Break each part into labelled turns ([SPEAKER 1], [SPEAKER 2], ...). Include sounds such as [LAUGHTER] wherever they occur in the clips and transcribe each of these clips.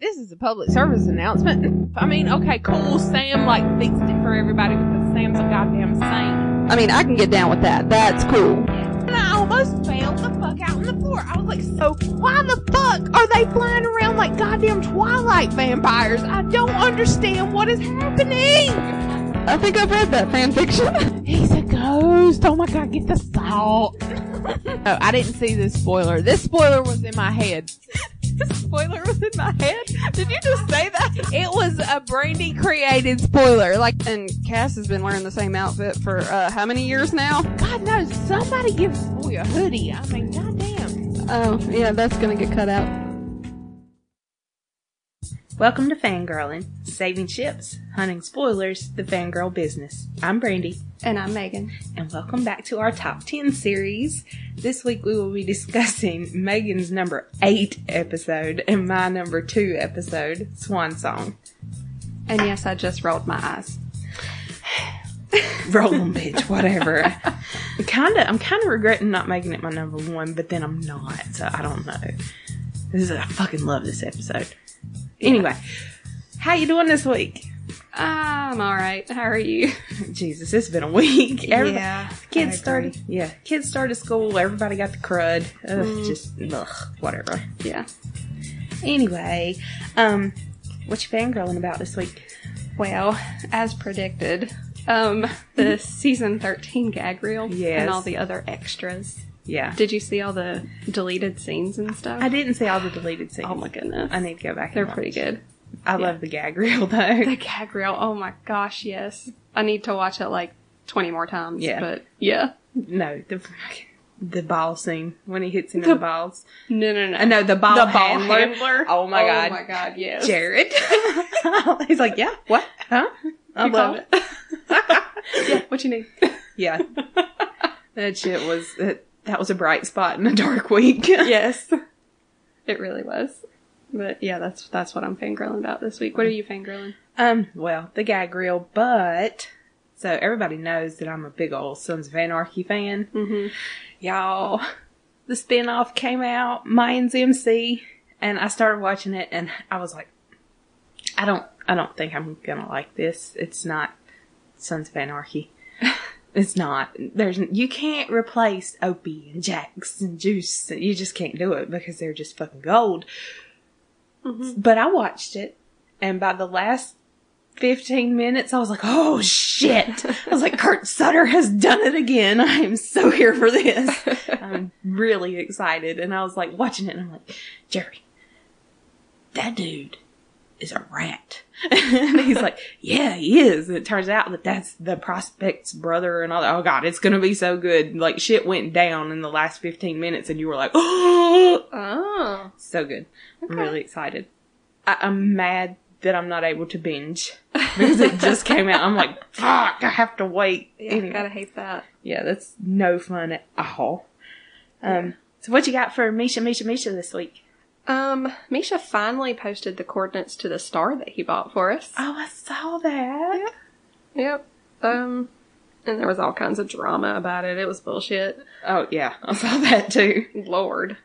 [SPEAKER 1] this is a public service announcement. I mean, okay, cool. Sam like fixed it for everybody because Sam's a goddamn saint.
[SPEAKER 2] I mean, I can get down with that. That's cool.
[SPEAKER 1] And I almost fell the fuck out on the floor. I was like, so why the fuck are they flying around like goddamn Twilight vampires? I don't understand what is happening.
[SPEAKER 2] I think I've read that fan fiction. [LAUGHS]
[SPEAKER 1] He's a ghost. Oh my god, get the salt. [LAUGHS] no, I didn't see this spoiler. This spoiler was in my head. [LAUGHS] spoiler was in my head? Did you just say that? It was a Brandy created spoiler. Like,
[SPEAKER 2] and Cass has been wearing the same outfit for uh, how many years now?
[SPEAKER 1] God knows, somebody gives this boy a hoodie. I mean, goddamn.
[SPEAKER 2] Oh, yeah, that's gonna get cut out.
[SPEAKER 3] Welcome to Fangirling, saving ships, hunting spoilers, the fangirl business. I'm Brandy,
[SPEAKER 4] And I'm Megan.
[SPEAKER 3] and welcome back to our top 10 series. This week we will be [LAUGHS] discussing Megan's number 8 episode and my number 2 episode, Swan Song.
[SPEAKER 4] And yes, I just rolled my eyes.
[SPEAKER 3] Roll 'em,
[SPEAKER 4] [LAUGHS]
[SPEAKER 3] bitch, whatever. kinda, I'm kinda regretting not making it my number 1, but then I'm not, so I don't know. This is, I fucking love this episode. Anyway, how you doing this week? [LAUGHS]
[SPEAKER 4] I'm all right. How are you?
[SPEAKER 3] Jesus, it's been a week. Everybody,
[SPEAKER 4] Yeah, I
[SPEAKER 3] kids
[SPEAKER 4] agree. Mm.
[SPEAKER 3] started. Yeah, kids started school. Everybody got the crud. Ugh, Just ugh, whatever.
[SPEAKER 4] Yeah.
[SPEAKER 3] Anyway, um, what you fangirling about this week?
[SPEAKER 4] Well, as predicted, um, the season 13 gag reel
[SPEAKER 3] Yes.
[SPEAKER 4] and all the other extras.
[SPEAKER 3] Yeah,
[SPEAKER 4] Did you see all the deleted scenes and stuff?
[SPEAKER 3] I didn't see all the deleted scenes.
[SPEAKER 4] Oh my goodness.
[SPEAKER 3] I need to go back.
[SPEAKER 4] They're
[SPEAKER 3] and watch.
[SPEAKER 4] pretty good.
[SPEAKER 3] I love the gag reel though. [LAUGHS]
[SPEAKER 4] The gag reel, oh my gosh, yes. I need to watch it like 20 more times.
[SPEAKER 3] Yeah.
[SPEAKER 4] But yeah.
[SPEAKER 3] no, the the ball scene when he hits into the, balls.
[SPEAKER 4] No, no, no.
[SPEAKER 3] Uh, no, the ball,
[SPEAKER 4] The ball
[SPEAKER 3] handler.
[SPEAKER 4] handler.
[SPEAKER 3] Oh my god.
[SPEAKER 4] Oh my god, yes.
[SPEAKER 3] Jared. [LAUGHS] He's like, yeah, what? Huh? I
[SPEAKER 4] You
[SPEAKER 3] love
[SPEAKER 4] called
[SPEAKER 3] it.
[SPEAKER 4] [LAUGHS] yeah, what you need?
[SPEAKER 3] [LAUGHS]
[SPEAKER 4] [LAUGHS]
[SPEAKER 3] Yeah. that shit was that, that was a bright spot in a dark week.
[SPEAKER 4] [LAUGHS] yes. It really was. But yeah, that's that's what I'm fangirling about this week. What are you fangirling?
[SPEAKER 3] Um, well, the gag reel, but so everybody knows that I'm a big old Sons of Anarchy fan.
[SPEAKER 4] Mm-hmm.
[SPEAKER 3] Y'all, the spinoff came out, Mayans MC, and I started watching it and I was like, I don't I don't think I'm gonna like this. It's not Sons of Anarchy. It's not. There's you can't replace Opie and Jax and Juice. You just can't do it because they're just fucking gold. But I watched it, and by the last fifteen minutes, I was like, "Oh shit!" I was like, "Kurt Sutter has done it again. I am so here for this. I'm really excited." And I was like watching it, and I'm like, "Jerry, that dude." Is a rat. [LAUGHS] and he's like, yeah, he is. And it turns out that that's the prospect's brother and all that. Oh god, it's gonna be so good. Like shit went down in the last 15 minutes and you were like, [GASPS] oh,
[SPEAKER 4] Oh,
[SPEAKER 3] so good. I'm really excited. I- I'm mad that I'm not able to
[SPEAKER 4] [LAUGHS]
[SPEAKER 3] binge because it just came out. I'm like, fuck, I have to wait.
[SPEAKER 4] yeah,
[SPEAKER 3] Anyway.
[SPEAKER 4] gotta hate that.
[SPEAKER 3] yeah, that's no fun at all. Um, so what you got for Misha, Misha, Misha this week?
[SPEAKER 4] Um, Misha finally posted the coordinates to the star that he bought for us.
[SPEAKER 3] Oh, I saw that.
[SPEAKER 4] Yep. Um, and there was all kinds of drama about it. It was bullshit.
[SPEAKER 3] Oh yeah, [LAUGHS] I saw that too.
[SPEAKER 4] Lord.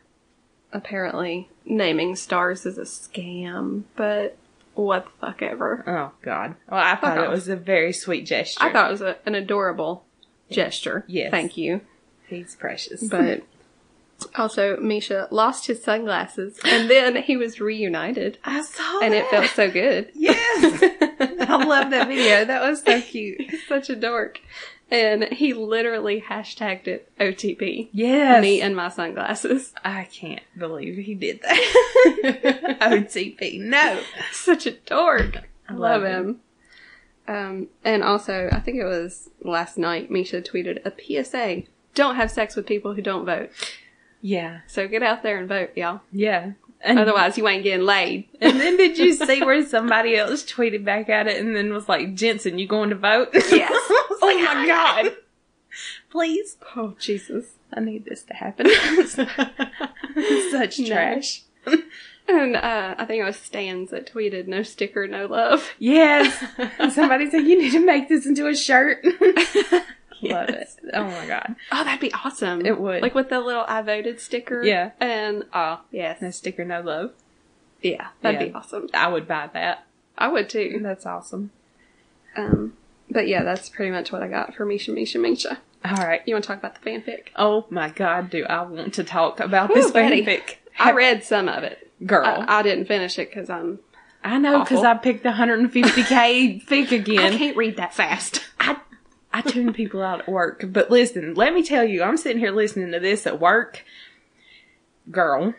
[SPEAKER 4] Apparently, naming stars is a scam, but what the fuck ever.
[SPEAKER 3] Oh god. Well, I thought
[SPEAKER 4] Fuck
[SPEAKER 3] it
[SPEAKER 4] off.
[SPEAKER 3] was a very sweet gesture.
[SPEAKER 4] I thought it was a, an adorable gesture.
[SPEAKER 3] Yes.
[SPEAKER 4] Thank you.
[SPEAKER 3] he's precious.
[SPEAKER 4] But also, Misha lost his sunglasses, and then he was [LAUGHS] reunited,
[SPEAKER 3] I saw
[SPEAKER 4] and it
[SPEAKER 3] that.
[SPEAKER 4] felt so good.
[SPEAKER 3] [LAUGHS] yes.
[SPEAKER 4] [LAUGHS]
[SPEAKER 3] I love that video. That was so cute.
[SPEAKER 4] He's such a dork, and he literally hashtagged it OTP.
[SPEAKER 3] Yes.
[SPEAKER 4] Me and my sunglasses. [LAUGHS]
[SPEAKER 3] I can't believe he did that.
[SPEAKER 4] [LAUGHS]
[SPEAKER 3] [LAUGHS] OTP, no.
[SPEAKER 4] Such a dork.
[SPEAKER 3] I
[SPEAKER 4] I
[SPEAKER 3] love
[SPEAKER 4] love him. Um, and also, I think it was last night. Misha tweeted a PSA: "Don't have sex with people who don't vote."
[SPEAKER 3] Yeah,
[SPEAKER 4] So get out there and vote, y'all.
[SPEAKER 3] yeah. And,
[SPEAKER 4] Otherwise, you ain't getting laid.
[SPEAKER 3] and then did you see where somebody else tweeted back at it and then was like, Jensen, you going to vote? [LAUGHS]
[SPEAKER 4] Yes.
[SPEAKER 3] oh my god. [LAUGHS] Please.
[SPEAKER 4] Oh Jesus.
[SPEAKER 3] I need this to happen. [LAUGHS] Such trash.
[SPEAKER 4] And uh, I think it was Stans that tweeted, "No sticker, no love." [LAUGHS]
[SPEAKER 3] Yes. Somebody said, you need to make this into a shirt. [LAUGHS] Love it. Oh my god.
[SPEAKER 4] Oh, that'd be awesome.
[SPEAKER 3] It would.
[SPEAKER 4] like with the little "I voted" sticker.
[SPEAKER 3] Yeah.
[SPEAKER 4] And oh yes,
[SPEAKER 3] No sticker, no love.
[SPEAKER 4] Yeah, that'd be
[SPEAKER 3] Yeah.
[SPEAKER 4] awesome.
[SPEAKER 3] I would buy that.
[SPEAKER 4] I would too.
[SPEAKER 3] That's awesome.
[SPEAKER 4] Um, but yeah, that's pretty much what I got for Misha, Misha, Misha.
[SPEAKER 3] All right.
[SPEAKER 4] You want to talk about the fanfic?
[SPEAKER 3] Oh my God, do I want to talk about this
[SPEAKER 4] Ooh, Betty.
[SPEAKER 3] fanfic?
[SPEAKER 4] I read some of it.
[SPEAKER 3] Girl, I,
[SPEAKER 4] I, I didn't finish it because I'm.
[SPEAKER 3] know because
[SPEAKER 4] awful.
[SPEAKER 3] I picked 150k [LAUGHS] fic
[SPEAKER 4] I
[SPEAKER 3] again.
[SPEAKER 4] can't read that fast. [LAUGHS]
[SPEAKER 3] I I tune people out at work, but listen, let me tell you, I'm sitting here listening to this at work. Girl,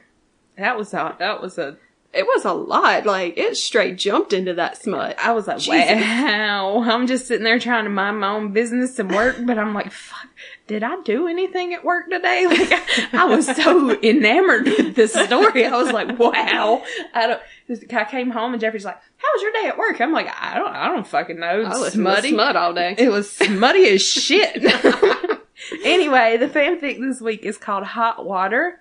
[SPEAKER 3] that was a that was a
[SPEAKER 4] It was a lot. Like it straight jumped into that smut.
[SPEAKER 3] I was like,
[SPEAKER 4] Jesus.
[SPEAKER 3] wow. I'm just sitting there trying to mind my own business and work, but I'm like, fuck, did I do anything at work today? [LAUGHS] Like, I, I was so enamored with this story. I was like, wow. I don't. just- I came home and Jeffrey's like, how was your day at work? I'm like, I don't, I don't fucking know.
[SPEAKER 4] I
[SPEAKER 3] It's
[SPEAKER 4] listened to
[SPEAKER 3] smutty.
[SPEAKER 4] smut all day.
[SPEAKER 3] It was smutty as shit. [LAUGHS] anyway, the fanfic this week is called Hot Water.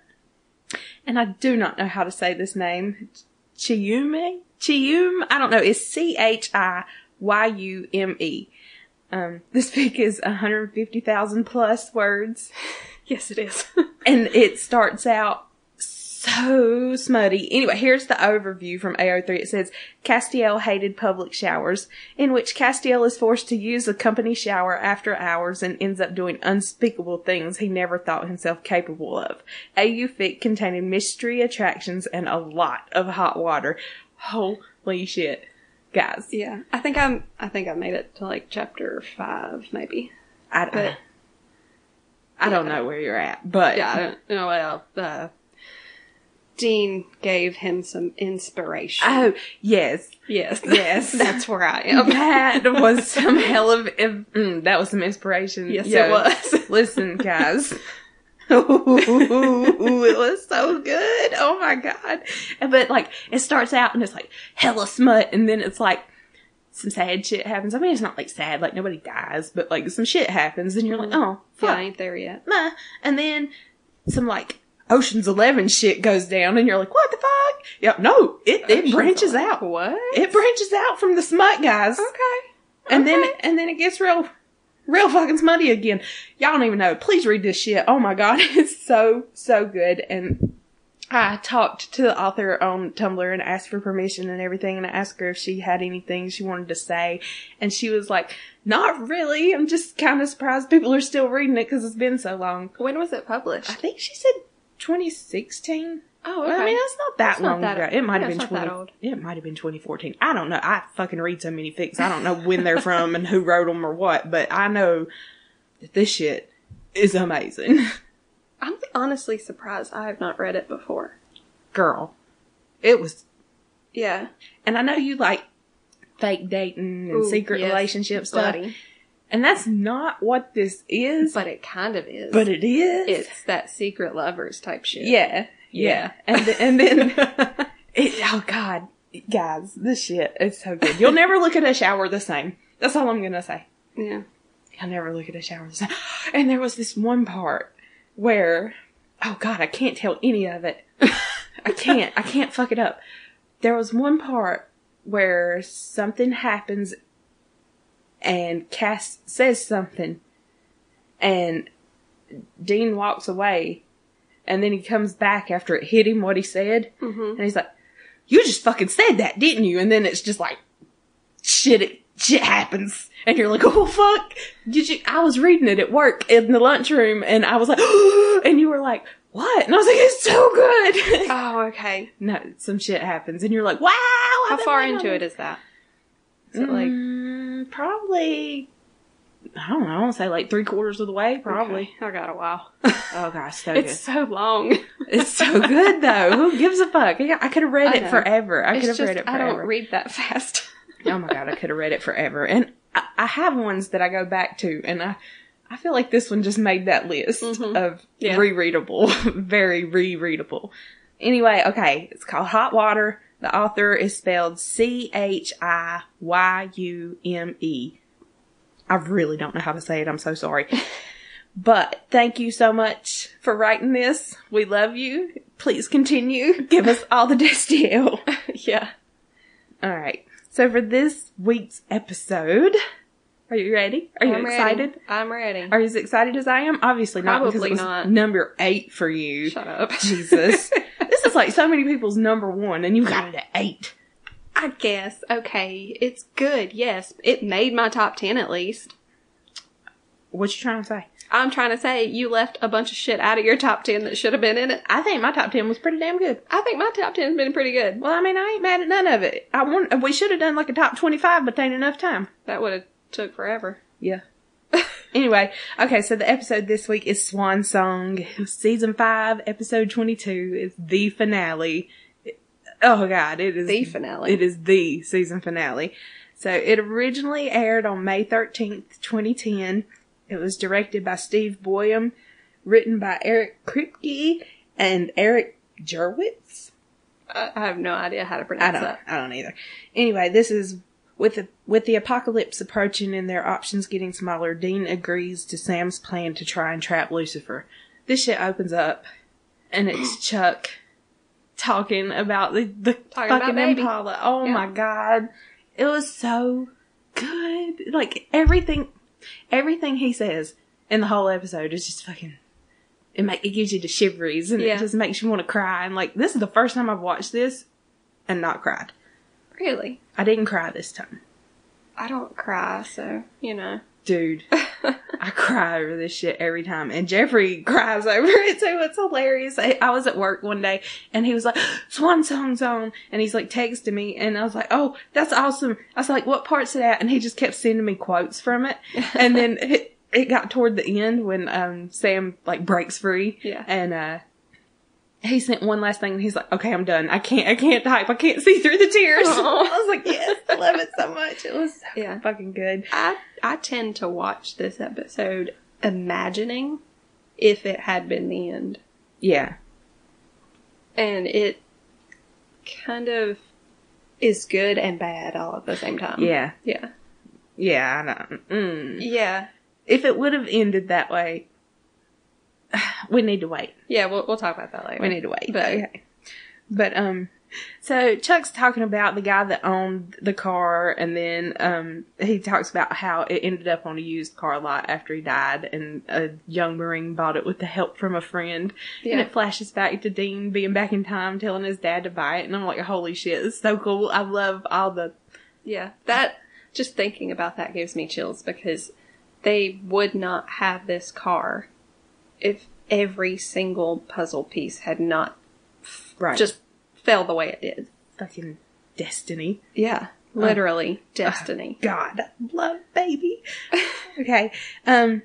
[SPEAKER 3] And I do not know how to say this name. Chiume? Chiume? I don't know. It's C H I Y U M E. Um, this fic is 150,000 plus words
[SPEAKER 4] Yes, it is.
[SPEAKER 3] [LAUGHS] and it starts out so smutty. Anyway, here's the overview from AO3. It says Castiel hated public showers, in which Castiel is forced to use a company shower after hours and ends up doing unspeakable things he never thought himself capable of. AU fic containing mystery attractions and a lot of hot water. Holy shit. Guys,
[SPEAKER 4] yeah, I think I'm. I think I made it to like chapter five, maybe.
[SPEAKER 3] I,
[SPEAKER 4] But-
[SPEAKER 3] I don't know where you're at, but
[SPEAKER 4] Yeah, I don't know. Well, uh, Dean gave him some inspiration.
[SPEAKER 3] [LAUGHS] oh, yes,
[SPEAKER 4] yes,
[SPEAKER 3] yes.
[SPEAKER 4] that's where I am.
[SPEAKER 3] that [LAUGHS] was some hell of mm, that was some inspiration.
[SPEAKER 4] Yes,
[SPEAKER 3] Yo,
[SPEAKER 4] it
[SPEAKER 3] [LAUGHS]
[SPEAKER 4] was.
[SPEAKER 3] Listen, guys. Ooh, it was so good. Oh my god. But like it starts out and it's like hella smut and then it's like some sad shit happens. I mean it's not like sad, like nobody dies, but like some shit happens and you're like, oh
[SPEAKER 4] Yeah,
[SPEAKER 3] fuck.
[SPEAKER 4] I ain't there yet.
[SPEAKER 3] Nah. And then some like Ocean's Eleven shit goes down and you're like, what the fuck? Yep, no, it, it
[SPEAKER 4] Ocean's
[SPEAKER 3] branches
[SPEAKER 4] Eleven.
[SPEAKER 3] out.
[SPEAKER 4] What?
[SPEAKER 3] It branches out from the smut guys
[SPEAKER 4] okay.
[SPEAKER 3] and then and then it gets real real fucking smutty again y'all don't even know please read this shit oh my god [LAUGHS] it's so so good and i talked to the author on tumblr and asked for permission and everything and i asked her if she had anything she wanted to say and she was like not really i'm just kind of surprised people are still reading it because it's been so long
[SPEAKER 4] When was it published?
[SPEAKER 3] i think she said 2016
[SPEAKER 4] Oh,
[SPEAKER 3] well, I mean, that's not that
[SPEAKER 4] It's not
[SPEAKER 3] long
[SPEAKER 4] that-
[SPEAKER 3] ago. It might
[SPEAKER 4] yeah,
[SPEAKER 3] have been
[SPEAKER 4] it's not that
[SPEAKER 3] 20,
[SPEAKER 4] old.
[SPEAKER 3] It might have been 2014. I don't know. I fucking read so many fics. I don't know when they're from and who wrote them or what, but I know that this shit is amazing. [LAUGHS]
[SPEAKER 4] I'm honestly surprised I have not read it before.
[SPEAKER 3] Girl, it was.
[SPEAKER 4] Yeah.
[SPEAKER 3] And I know you like fake dating and
[SPEAKER 4] Ooh,
[SPEAKER 3] secret
[SPEAKER 4] yes,
[SPEAKER 3] relationship stuff,
[SPEAKER 4] Bloody.
[SPEAKER 3] and that's not what this is,
[SPEAKER 4] But it kind of is.
[SPEAKER 3] but it is.
[SPEAKER 4] it's that secret lovers type shit.
[SPEAKER 3] Yeah, yeah,
[SPEAKER 4] Yeah.
[SPEAKER 3] and th- and then it, oh god, guys, this shit is so good. You'll never look at a shower the same. That's all I'm gonna say.
[SPEAKER 4] Yeah.
[SPEAKER 3] You'll never look at a shower [LAUGHS] the same. And there was this one part where, oh god, I can't tell any of it. [LAUGHS] I can't. I can't fuck it up. There was one part where something happens, and Cass says something, and Dean walks away, and then he comes back after it hit him what he said,
[SPEAKER 4] Mm-hmm.
[SPEAKER 3] and he's like, "You just fucking said that, didn't you?" And then it's just like, shit, it, shit happens, and you're like, "Oh fuck!" Did you? I was reading it at work in the lunchroom, and I was like, [GASPS] and you were like. What? And I was like, it's so good. [LAUGHS]
[SPEAKER 4] Oh, okay.
[SPEAKER 3] no, some shit happens, and you're like, "Wow!"
[SPEAKER 4] How far into it is that? Is it
[SPEAKER 3] Mm,
[SPEAKER 4] like
[SPEAKER 3] like probably? I don't know. I want to say like three quarters of the way, probably.
[SPEAKER 4] Okay, I got a while.
[SPEAKER 3] Oh gosh, so
[SPEAKER 4] It's so long. [LAUGHS]
[SPEAKER 3] good. It's so good though. Who gives a fuck? I, I could have read
[SPEAKER 4] I
[SPEAKER 3] it
[SPEAKER 4] know.
[SPEAKER 3] forever. I
[SPEAKER 4] It's
[SPEAKER 3] could have
[SPEAKER 4] just
[SPEAKER 3] read it
[SPEAKER 4] I
[SPEAKER 3] forever.
[SPEAKER 4] don't read that [LAUGHS] fast.
[SPEAKER 3] oh my god, I could have read it forever. And I, I have ones that I go back to, and I, I feel like this one just made that list
[SPEAKER 4] Mhm.
[SPEAKER 3] of
[SPEAKER 4] Yeah.
[SPEAKER 3] rereadable, [LAUGHS] very rereadable. Anyway, okay, it's called Hot Water. The author is spelled C H I Y U M E. I really don't know how to say it. I'm so sorry. But thank you so much for writing this. We love you. Please continue. [LAUGHS] Give us all the [LAUGHS] Destiel.
[SPEAKER 4] yeah.
[SPEAKER 3] All right. So for this week's episode, are you ready? Are you
[SPEAKER 4] I'm
[SPEAKER 3] excited?
[SPEAKER 4] Ready. I'm ready.
[SPEAKER 3] Are you as excited as I am? Obviously not. because
[SPEAKER 4] Probably
[SPEAKER 3] it was [LAUGHS]
[SPEAKER 4] not.
[SPEAKER 3] Number eight for you.
[SPEAKER 4] Shut up.
[SPEAKER 3] Jesus. this was like so many people's number one, and you got it at eight.
[SPEAKER 4] I guess. Okay. It's good. Yes. It made my top 10 at least.
[SPEAKER 3] What you trying to say?
[SPEAKER 4] I'm trying to say you left a bunch of shit out of your top 10 that should have been in it.
[SPEAKER 3] I think my top ten was pretty damn good.
[SPEAKER 4] I think my top 10's been pretty good.
[SPEAKER 3] Well, I mean, I ain't mad at none of it. I want we should have done like a top twenty-five, but there ain't enough time.
[SPEAKER 4] That would have took forever.
[SPEAKER 3] Yeah. [LAUGHS] anyway, okay, so the episode this week is Swan Song, season five, episode twenty-two. It's the finale. It- oh God, it is
[SPEAKER 4] The finale.
[SPEAKER 3] It is the season finale. So it originally aired on May thirteenth, twenty ten. It was directed by Steve Boyum, written by Eric Kripke and Eric Jerwitz.
[SPEAKER 4] I, I have no idea how to
[SPEAKER 3] I
[SPEAKER 4] pronounce
[SPEAKER 3] don't.
[SPEAKER 4] that.
[SPEAKER 3] I don't either. Anyway, this is with the with the apocalypse approaching and their options getting smaller. Dean agrees to Sam's plan to try and trap Lucifer. This shit opens up, and
[SPEAKER 4] [CLEARS THROAT]
[SPEAKER 3] it's Chuck talking about the the
[SPEAKER 4] Talking about
[SPEAKER 3] fucking
[SPEAKER 4] baby.
[SPEAKER 3] Impala. Oh
[SPEAKER 4] Yeah.
[SPEAKER 3] my god, it was so good. Like everything, everything he says in the whole episode is just fucking. It make it gives you the shiveries and
[SPEAKER 4] Yeah.
[SPEAKER 3] it just makes you want to cry. And like this is the first time I've watched this and not cried.
[SPEAKER 4] Really?
[SPEAKER 3] I didn't cry this time.
[SPEAKER 4] I don't cry, so, you know. [LAUGHS]
[SPEAKER 3] Dude, [LAUGHS] I cry over this shit every time. And Jeffrey cries over it too. It's hilarious. I, I was at work one day and he was like, Swan Song's on. And he's like texting me. And I was like, oh, that's awesome. I was like, what part's of that? And he just kept sending me quotes from
[SPEAKER 4] [LAUGHS]
[SPEAKER 3] it. And then it, it got toward the end when um, Sam like breaks free.
[SPEAKER 4] Yeah.
[SPEAKER 3] And, uh, he sent one last thing and he's like, okay, I'm done. I can't, I can't type. I can't see through the tears.
[SPEAKER 4] Aw.
[SPEAKER 3] I was like, yes, I love it
[SPEAKER 4] [LAUGHS]
[SPEAKER 3] so much. [LAUGHS] It was so
[SPEAKER 4] Yeah.
[SPEAKER 3] fucking good.
[SPEAKER 4] I, I tend to watch this episode imagining if it had been the end.
[SPEAKER 3] Yeah.
[SPEAKER 4] and it kind of is good and bad all at the same time.
[SPEAKER 3] Yeah.
[SPEAKER 4] Yeah.
[SPEAKER 3] Yeah, I don't. Mm.
[SPEAKER 4] Yeah.
[SPEAKER 3] If it would have ended that way, [SIGHS] we need to wait.
[SPEAKER 4] Yeah, we'll, we'll talk about that later.
[SPEAKER 3] We need to wait.
[SPEAKER 4] But-
[SPEAKER 3] okay. But um, so Chuck's talking about the guy that owned the car, and then um, he talks about how it ended up on a used car lot after he died, and a young marine bought it with the help from a friend. And
[SPEAKER 4] Yeah.
[SPEAKER 3] it flashes back to Dean being back in time, telling his dad to buy it, and I'm like, holy shit, it's so cool. I love all the
[SPEAKER 4] Yeah. That, just thinking about that gives me chills because they would not have this car if every single puzzle piece had not
[SPEAKER 3] right, just
[SPEAKER 4] just fell the way it did.
[SPEAKER 3] fucking destiny.
[SPEAKER 4] Yeah.
[SPEAKER 3] Uh-huh.
[SPEAKER 4] Literally destiny.
[SPEAKER 3] God, I love baby. [LAUGHS] okay. Um,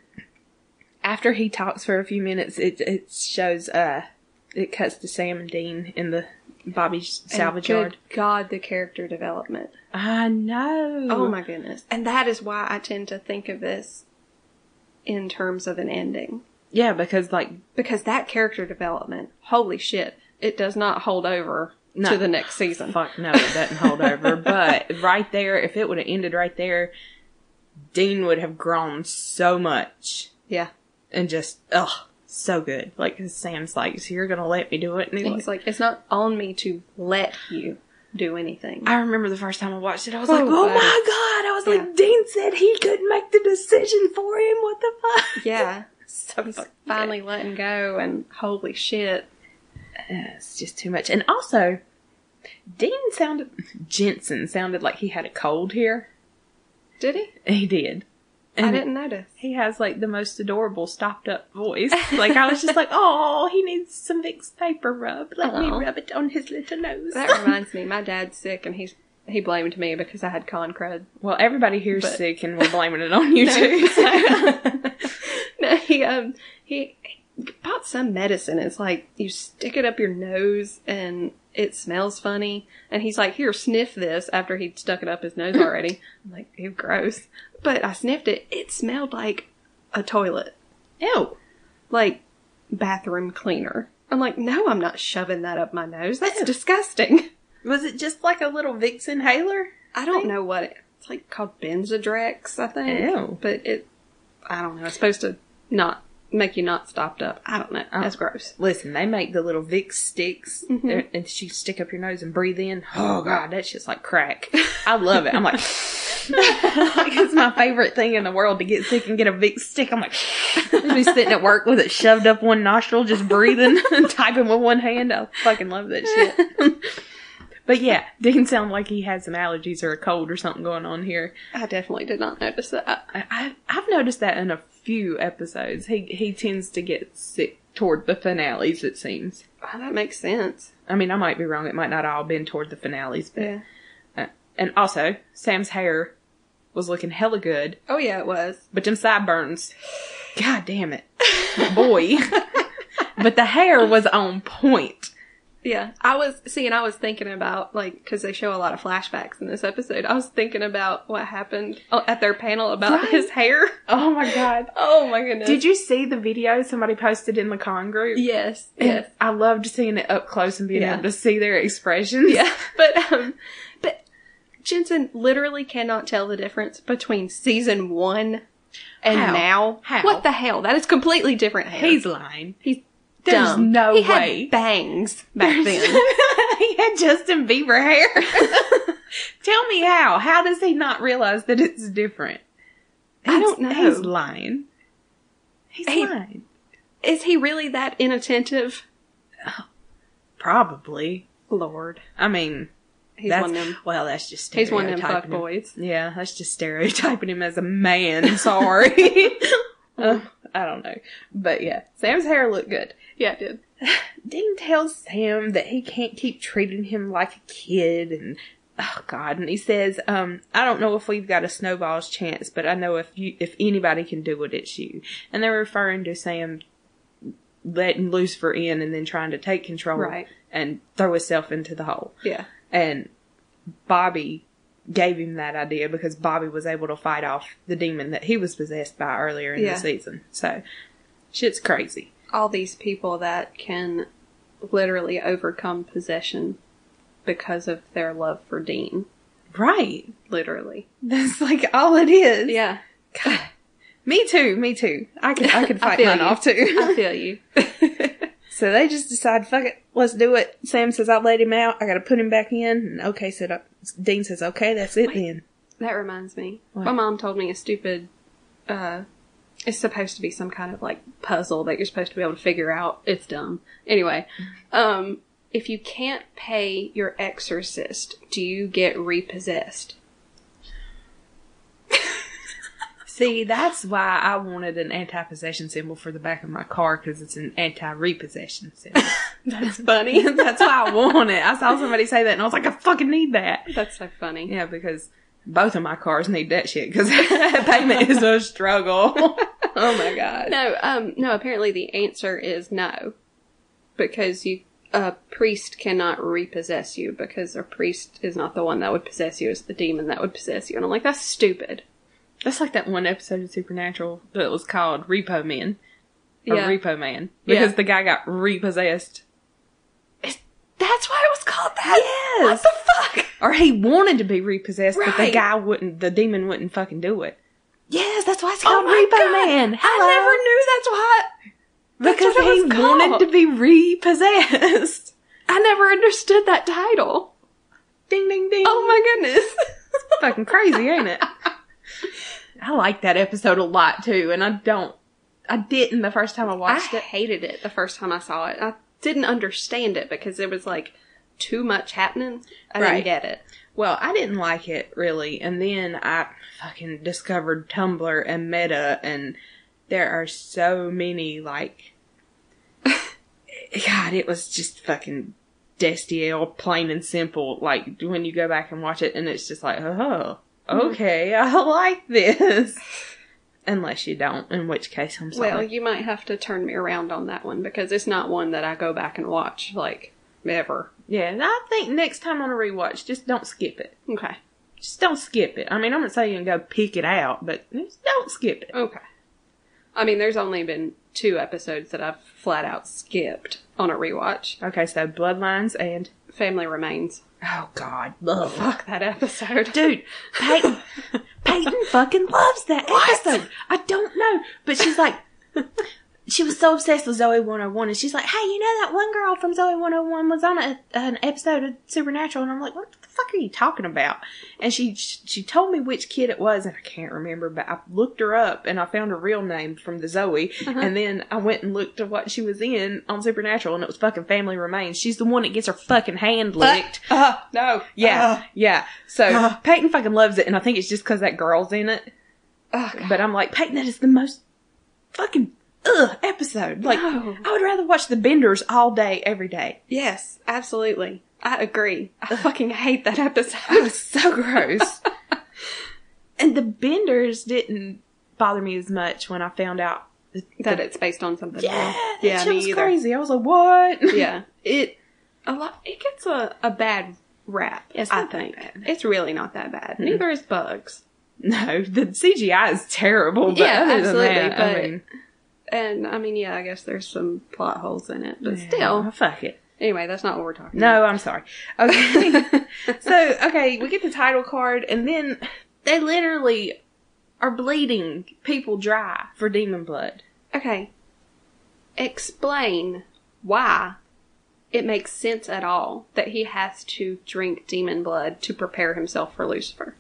[SPEAKER 3] after he talks for a few minutes, it it shows uh, it cuts to Sam and Dean in the Bobby's
[SPEAKER 4] And
[SPEAKER 3] salvage
[SPEAKER 4] good
[SPEAKER 3] yard.
[SPEAKER 4] God, the character development.
[SPEAKER 3] I know.
[SPEAKER 4] Oh my goodness. And that is why I tend to think of this in terms of an ending.
[SPEAKER 3] Yeah, because like
[SPEAKER 4] because that character development, holy shit, it does not hold over
[SPEAKER 3] No.
[SPEAKER 4] to the next season.
[SPEAKER 3] fuck no, it doesn't hold [LAUGHS] over. But right there, if it would have ended right there, Dean would have grown so much
[SPEAKER 4] Yeah.
[SPEAKER 3] and just ugh, so good. Like 'cause Sam's like, so you're gonna let me do it? And he's
[SPEAKER 4] And
[SPEAKER 3] like,
[SPEAKER 4] he's like, it's not on me to let you do anything.
[SPEAKER 3] I remember the first time I watched it, I was
[SPEAKER 4] Oh,
[SPEAKER 3] like, oh my
[SPEAKER 4] buddy.
[SPEAKER 3] god! I was
[SPEAKER 4] Yeah.
[SPEAKER 3] like, Dean said he could make the decision for him. What the [LAUGHS] fuck?
[SPEAKER 4] yeah.
[SPEAKER 3] So fucking
[SPEAKER 4] Finally letting go and holy shit.
[SPEAKER 3] good. Uh, it's just too much. And also, Dean sounded, Jensen sounded like he had a cold here.
[SPEAKER 4] Did he?
[SPEAKER 3] He did.
[SPEAKER 4] I
[SPEAKER 3] And
[SPEAKER 4] didn't notice.
[SPEAKER 3] He has like the most adorable stopped up [LAUGHS] voice. Like I was just like, oh, he needs some Vicks paper rub. Let me
[SPEAKER 4] Aw.
[SPEAKER 3] rub it on his little nose.
[SPEAKER 4] That reminds me, my dad's sick and he's he blamed me because I had con crud.
[SPEAKER 3] [LAUGHS] well, everybody here's
[SPEAKER 4] But-
[SPEAKER 3] sick, and we're blaming it [LAUGHS] on you
[SPEAKER 4] No.
[SPEAKER 3] too. [LAUGHS] so-
[SPEAKER 4] No, [LAUGHS] he um he he bought some medicine. It's like you stick it up your nose and it smells funny. And he's like, "Here, sniff this." After he'd stuck it up
[SPEAKER 3] [LAUGHS]
[SPEAKER 4] his nose already, I'm like, "Ew, gross." But I sniffed it. It smelled like a toilet,
[SPEAKER 3] Ew.
[SPEAKER 4] like bathroom cleaner. I'm like, "No, I'm not shoving that up my nose. That's
[SPEAKER 3] Ew.
[SPEAKER 4] disgusting." [LAUGHS]
[SPEAKER 3] Was it just like a little Vicks inhaler?
[SPEAKER 4] I don't know what it, it's like called Benzodrex, I think.
[SPEAKER 3] Ew.
[SPEAKER 4] But it, I don't know. It's supposed to not make you not stopped up. I don't know.
[SPEAKER 3] Oh.
[SPEAKER 4] That's gross.
[SPEAKER 3] Listen, they make the little Vicks sticks,
[SPEAKER 4] Mhm.
[SPEAKER 3] and she stick up your nose and breathe in. Oh God, that's just like crack. I love [LAUGHS] it. I'm like, [LAUGHS] like, it's my favorite thing in the world to get sick and get a Vicks stick. I'm like, I'd be sitting at work with it shoved up one nostril, just breathing [LAUGHS] and typing with one hand. I fucking love that shit. but yeah, [LAUGHS] Dean sound like he had some allergies or a cold or something going on here.
[SPEAKER 4] I definitely did not notice that.
[SPEAKER 3] I, I I've noticed that in a few episodes. He he tends to get sick toward the finales. It seems.
[SPEAKER 4] Wow, that makes sense.
[SPEAKER 3] I mean, I might be wrong. It might not all been toward the finales, but uh, and also Sam's hair was looking hella good,
[SPEAKER 4] Oh yeah, it was.
[SPEAKER 3] but them sideburns, [SIGHS] god damn
[SPEAKER 4] [LAUGHS]
[SPEAKER 3] it, boy. but the hair was on point.
[SPEAKER 4] Yeah, I was see, and I was thinking about like because they show a lot of flashbacks in this episode. I was thinking about what happened oh, at their panel about
[SPEAKER 3] Right.
[SPEAKER 4] his hair.
[SPEAKER 3] Oh my god.
[SPEAKER 4] Oh my goodness!
[SPEAKER 3] Did you see the video somebody posted in the con group?
[SPEAKER 4] Yes,
[SPEAKER 3] And
[SPEAKER 4] yes,
[SPEAKER 3] I loved seeing it up close and being
[SPEAKER 4] Yeah.
[SPEAKER 3] able to see their expressions.
[SPEAKER 4] yeah. [LAUGHS] But um, but Jensen literally cannot tell the difference between season one and
[SPEAKER 3] How?
[SPEAKER 4] now.
[SPEAKER 3] How?
[SPEAKER 4] What the hell? That is completely different hair.
[SPEAKER 3] He's lying.
[SPEAKER 4] he's
[SPEAKER 3] There's
[SPEAKER 4] dumb.
[SPEAKER 3] no
[SPEAKER 4] he
[SPEAKER 3] way.
[SPEAKER 4] had bangs back then.
[SPEAKER 3] [LAUGHS] he had Justin Bieber
[SPEAKER 4] [LAUGHS]
[SPEAKER 3] hair. Tell me how. How does he not realize that it's different?
[SPEAKER 4] I don't
[SPEAKER 3] He's-
[SPEAKER 4] know.
[SPEAKER 3] He's lying. He's
[SPEAKER 4] He-
[SPEAKER 3] lying.
[SPEAKER 4] is he really that inattentive?
[SPEAKER 3] Probably.
[SPEAKER 4] Lord,
[SPEAKER 3] I mean,
[SPEAKER 4] he's
[SPEAKER 3] that's,
[SPEAKER 4] one of them.
[SPEAKER 3] well, that's just
[SPEAKER 4] He's one of them
[SPEAKER 3] stereotyping
[SPEAKER 4] fuck
[SPEAKER 3] him.
[SPEAKER 4] boys.
[SPEAKER 3] Yeah, that's just stereotyping him as a man. Sorry.
[SPEAKER 4] [LAUGHS]
[SPEAKER 3] Uh, I don't know. But yeah, Sam's hair looked good.
[SPEAKER 4] Yeah, it did.
[SPEAKER 3] Dean tells Sam that he can't keep treating him like a kid and oh god and he says um i don't know if we've got a snowball's chance but i know if you if anybody can do it it's you and they're referring to sam letting lucifer in and then trying to take control
[SPEAKER 4] Right.
[SPEAKER 3] and throw himself into the hole
[SPEAKER 4] Yeah.
[SPEAKER 3] and Bobby gave him that idea because Bobby was able to fight off the demon that he was possessed by earlier in
[SPEAKER 4] Yeah.
[SPEAKER 3] the season. So shit's crazy.
[SPEAKER 4] all these people that can literally overcome possession because of their love for Dean,
[SPEAKER 3] Right.
[SPEAKER 4] literally.
[SPEAKER 3] [LAUGHS] That's like all it is.
[SPEAKER 4] Yeah,
[SPEAKER 3] God. Me too, me too. I could [LAUGHS] I could
[SPEAKER 4] I
[SPEAKER 3] fight
[SPEAKER 4] feel
[SPEAKER 3] mine
[SPEAKER 4] you.
[SPEAKER 3] off too. [LAUGHS]
[SPEAKER 4] I feel you.
[SPEAKER 3] so they just decide, fuck it, let's do it. Sam says I'll let him out, I gotta put him back in and okay said uh, Dean says, Okay, that's it then.
[SPEAKER 4] That reminds me. My mom told me a stupid uh it's supposed to be some kind of like puzzle that you're supposed to be able to figure out. It's dumb. Anyway, um if you can't pay your exorcist, do you get [LAUGHS] repossessed?
[SPEAKER 3] See, that's why I wanted an anti possession symbol for the back of my car because it's an anti repossession [LAUGHS] symbol.
[SPEAKER 4] That's [LAUGHS] funny.
[SPEAKER 3] That's why I want it. I saw somebody say that, and I was like, I fucking need that.
[SPEAKER 4] That's so funny.
[SPEAKER 3] Yeah, because both of my cars need [LAUGHS] that shit because payment is a struggle. [LAUGHS] oh my god.
[SPEAKER 4] No, um, no, apparently the answer is no. Because you, a priest cannot repossess you because a priest is not the one that would possess you, it's the demon that would possess you. And I'm like, that's stupid.
[SPEAKER 3] That's like that one episode of Supernatural that was called Repo Men or
[SPEAKER 4] Yeah.
[SPEAKER 3] Repo Man because
[SPEAKER 4] Yeah.
[SPEAKER 3] the guy got repossessed.
[SPEAKER 4] That's why it was called that?
[SPEAKER 3] Yes.
[SPEAKER 4] What the fuck?
[SPEAKER 3] Or he wanted to be repossessed, but the
[SPEAKER 4] Right.
[SPEAKER 3] guy wouldn't, the demon wouldn't fucking do it.
[SPEAKER 4] Yes, that's why it's
[SPEAKER 3] called Repo Man. Hello.
[SPEAKER 4] I never knew
[SPEAKER 3] Because
[SPEAKER 4] that's why. That's what it
[SPEAKER 3] he
[SPEAKER 4] was called.
[SPEAKER 3] wanted to be repossessed.
[SPEAKER 4] I never understood that title.
[SPEAKER 3] Ding, ding, ding.
[SPEAKER 4] Oh my goodness.
[SPEAKER 3] [LAUGHS] fucking crazy, ain't
[SPEAKER 4] [LAUGHS]
[SPEAKER 3] it? I like that episode a lot too, and I don't. I didn't the first time I
[SPEAKER 4] I
[SPEAKER 3] watched it.
[SPEAKER 4] hated it the first time I saw it. I didn't understand it because it was like too much happening. I
[SPEAKER 3] Right.
[SPEAKER 4] didn't get it.
[SPEAKER 3] Well, I didn't like it really, and then I fucking discovered Tumblr and Meta, and there are so many [LAUGHS] like. God, it was just fucking Destiel, plain and simple. Like when you go back and watch it, and it's just like, oh, okay, [LAUGHS] I like this. Unless you don't, in which case I'm sorry.
[SPEAKER 4] Well, you might have to turn me around on that one because it's not one that I go back and watch like ever.
[SPEAKER 3] Yeah, and I think next time on a rewatch, just don't skip it.
[SPEAKER 4] Okay.
[SPEAKER 3] Just don't skip it. I mean, I'm not saying go pick it out, but just don't skip it.
[SPEAKER 4] Okay. I mean, there's only been two episodes that I've flat out skipped on a rewatch.
[SPEAKER 3] Okay, so Bloodlines and
[SPEAKER 4] Family Remains.
[SPEAKER 3] oh god, love,
[SPEAKER 4] Fuck that episode.
[SPEAKER 3] dude, Peyton, Peyton fucking loves that episode. I don't know, but she's like, she was so obsessed with Zoe 101, and she's like, "Hey, you know that one girl from Zoe 101 was on a, an episode of Supernatural," and I'm like, "What the fuck are you talking about?" And she she told me which kid it was, and I can't remember, but I looked her up and I found her real name from the Zoe,
[SPEAKER 4] Uh-huh.
[SPEAKER 3] and then I went and looked at what she was in on Supernatural, and it was fucking Family Remains. She's the one that gets her fucking hand licked.
[SPEAKER 2] Uh, no.
[SPEAKER 3] yeah,
[SPEAKER 2] Uh,
[SPEAKER 3] yeah. So
[SPEAKER 2] Uh.
[SPEAKER 3] Peyton fucking loves it, and I think it's just because that girl's in it.
[SPEAKER 2] oh, God.
[SPEAKER 3] But I'm like, Peyton, that is the most fucking ugh episode. Like,
[SPEAKER 4] No.
[SPEAKER 3] I would rather watch The Benders all day, every day.
[SPEAKER 4] Yes, absolutely. I agree. I fucking hate
[SPEAKER 3] It
[SPEAKER 4] that episode.
[SPEAKER 3] was so
[SPEAKER 4] [LAUGHS]
[SPEAKER 3] gross. and The Benders didn't bother me as much when I found out.
[SPEAKER 4] that it's based on something.
[SPEAKER 3] Yeah, that
[SPEAKER 4] yeah,
[SPEAKER 3] shit
[SPEAKER 4] me
[SPEAKER 3] was
[SPEAKER 4] either.
[SPEAKER 3] crazy. I was like, what?
[SPEAKER 4] yeah, it a lot. It gets a, a bad rap.
[SPEAKER 3] It's
[SPEAKER 4] I
[SPEAKER 3] not that
[SPEAKER 4] think
[SPEAKER 3] bad.
[SPEAKER 4] it's really not that bad. Neither is Bugs,
[SPEAKER 3] [LAUGHS] No, the CGI is terrible. But
[SPEAKER 4] Yeah,
[SPEAKER 3] other than
[SPEAKER 4] absolutely,
[SPEAKER 3] that, I
[SPEAKER 4] but
[SPEAKER 3] mean,
[SPEAKER 4] and I mean, yeah, I guess there's some plot holes in it, but
[SPEAKER 3] yeah,
[SPEAKER 4] still.
[SPEAKER 3] fuck it.
[SPEAKER 4] Anyway, that's not what we're talking. [LAUGHS]
[SPEAKER 3] No, I'm sorry. [LAUGHS] Okay. so, okay, we get the title card, and then they literally are bleeding people dry for demon blood.
[SPEAKER 4] about. Okay, explain why it makes sense at all that he has to drink demon blood to prepare himself for Lucifer.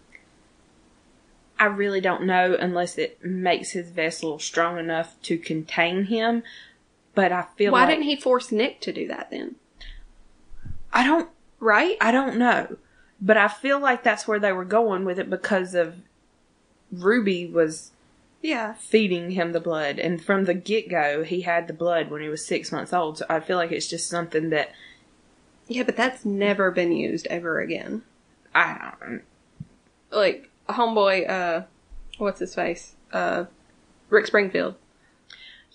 [SPEAKER 3] I really don't know unless it makes his vessel strong enough to contain him. But I feel
[SPEAKER 4] Why
[SPEAKER 3] like
[SPEAKER 4] didn't he force Nick to do that then?
[SPEAKER 3] I don't
[SPEAKER 4] Right?
[SPEAKER 3] I don't know. But I feel like that's where they were going with it because of Ruby was
[SPEAKER 4] Yeah.
[SPEAKER 3] feeding him the blood and from the get go he had the blood when he was six months old. So I feel like it's just something that
[SPEAKER 4] Yeah, but that's never been used ever again.
[SPEAKER 3] I don't
[SPEAKER 4] like homeboy uh what's his face uh rick springfield